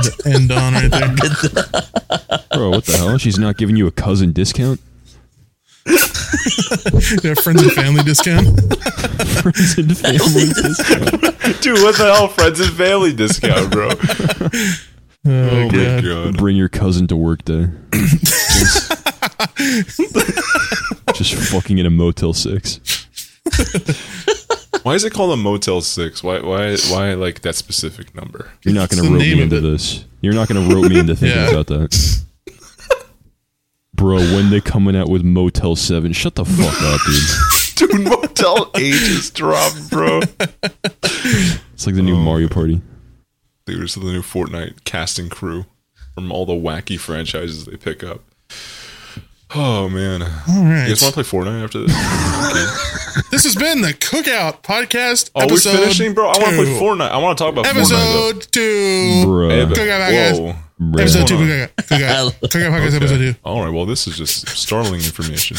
Speaker 1: to end on right there.
Speaker 4: Bro, what the hell? She's not giving you a cousin discount?
Speaker 1: Their friends and family discount.
Speaker 4: Friends and family discount.
Speaker 3: Dude, what the hell? Friends and family discount, bro.
Speaker 1: Oh, God.
Speaker 3: god.
Speaker 4: Bring your cousin to work day. Just fucking in a Motel 6.
Speaker 3: Why is it called a Motel Six? Why why why like that specific number?
Speaker 4: You're not
Speaker 1: It's
Speaker 4: going to
Speaker 1: the
Speaker 4: rope
Speaker 1: name
Speaker 4: me
Speaker 1: of
Speaker 4: into
Speaker 1: it.
Speaker 4: this. You're not going to rope me into thinking
Speaker 1: Yeah.
Speaker 4: about that. Bro, when they coming out with Motel 7, shut the fuck up, dude.
Speaker 3: Dude, Motel Eight just dropped, bro.
Speaker 4: It's like the
Speaker 1: Oh.
Speaker 4: new Mario Party.
Speaker 3: leaders of the new Fortnite casting crew from all the wacky franchises they pick up. Oh man,
Speaker 1: All
Speaker 3: you guys want
Speaker 1: right.
Speaker 3: to play Fortnite after this? Oh,
Speaker 1: This has been the Cookout Podcast.
Speaker 3: Oh, we're
Speaker 1: episode
Speaker 3: finishing, bro. I want to play
Speaker 1: two.
Speaker 3: Fortnite. I want to talk about Fortnite.
Speaker 1: Episode two.
Speaker 4: Bro.
Speaker 3: Though. Hey, but-
Speaker 1: Cookout Podcast.
Speaker 3: whoa.
Speaker 4: Bro.
Speaker 1: Episode
Speaker 3: Hold
Speaker 1: two.
Speaker 3: on.
Speaker 1: Cookout Cookout- Cookout Podcast.
Speaker 3: Okay.
Speaker 1: Episode two.
Speaker 3: All right. Well, this is just startling information.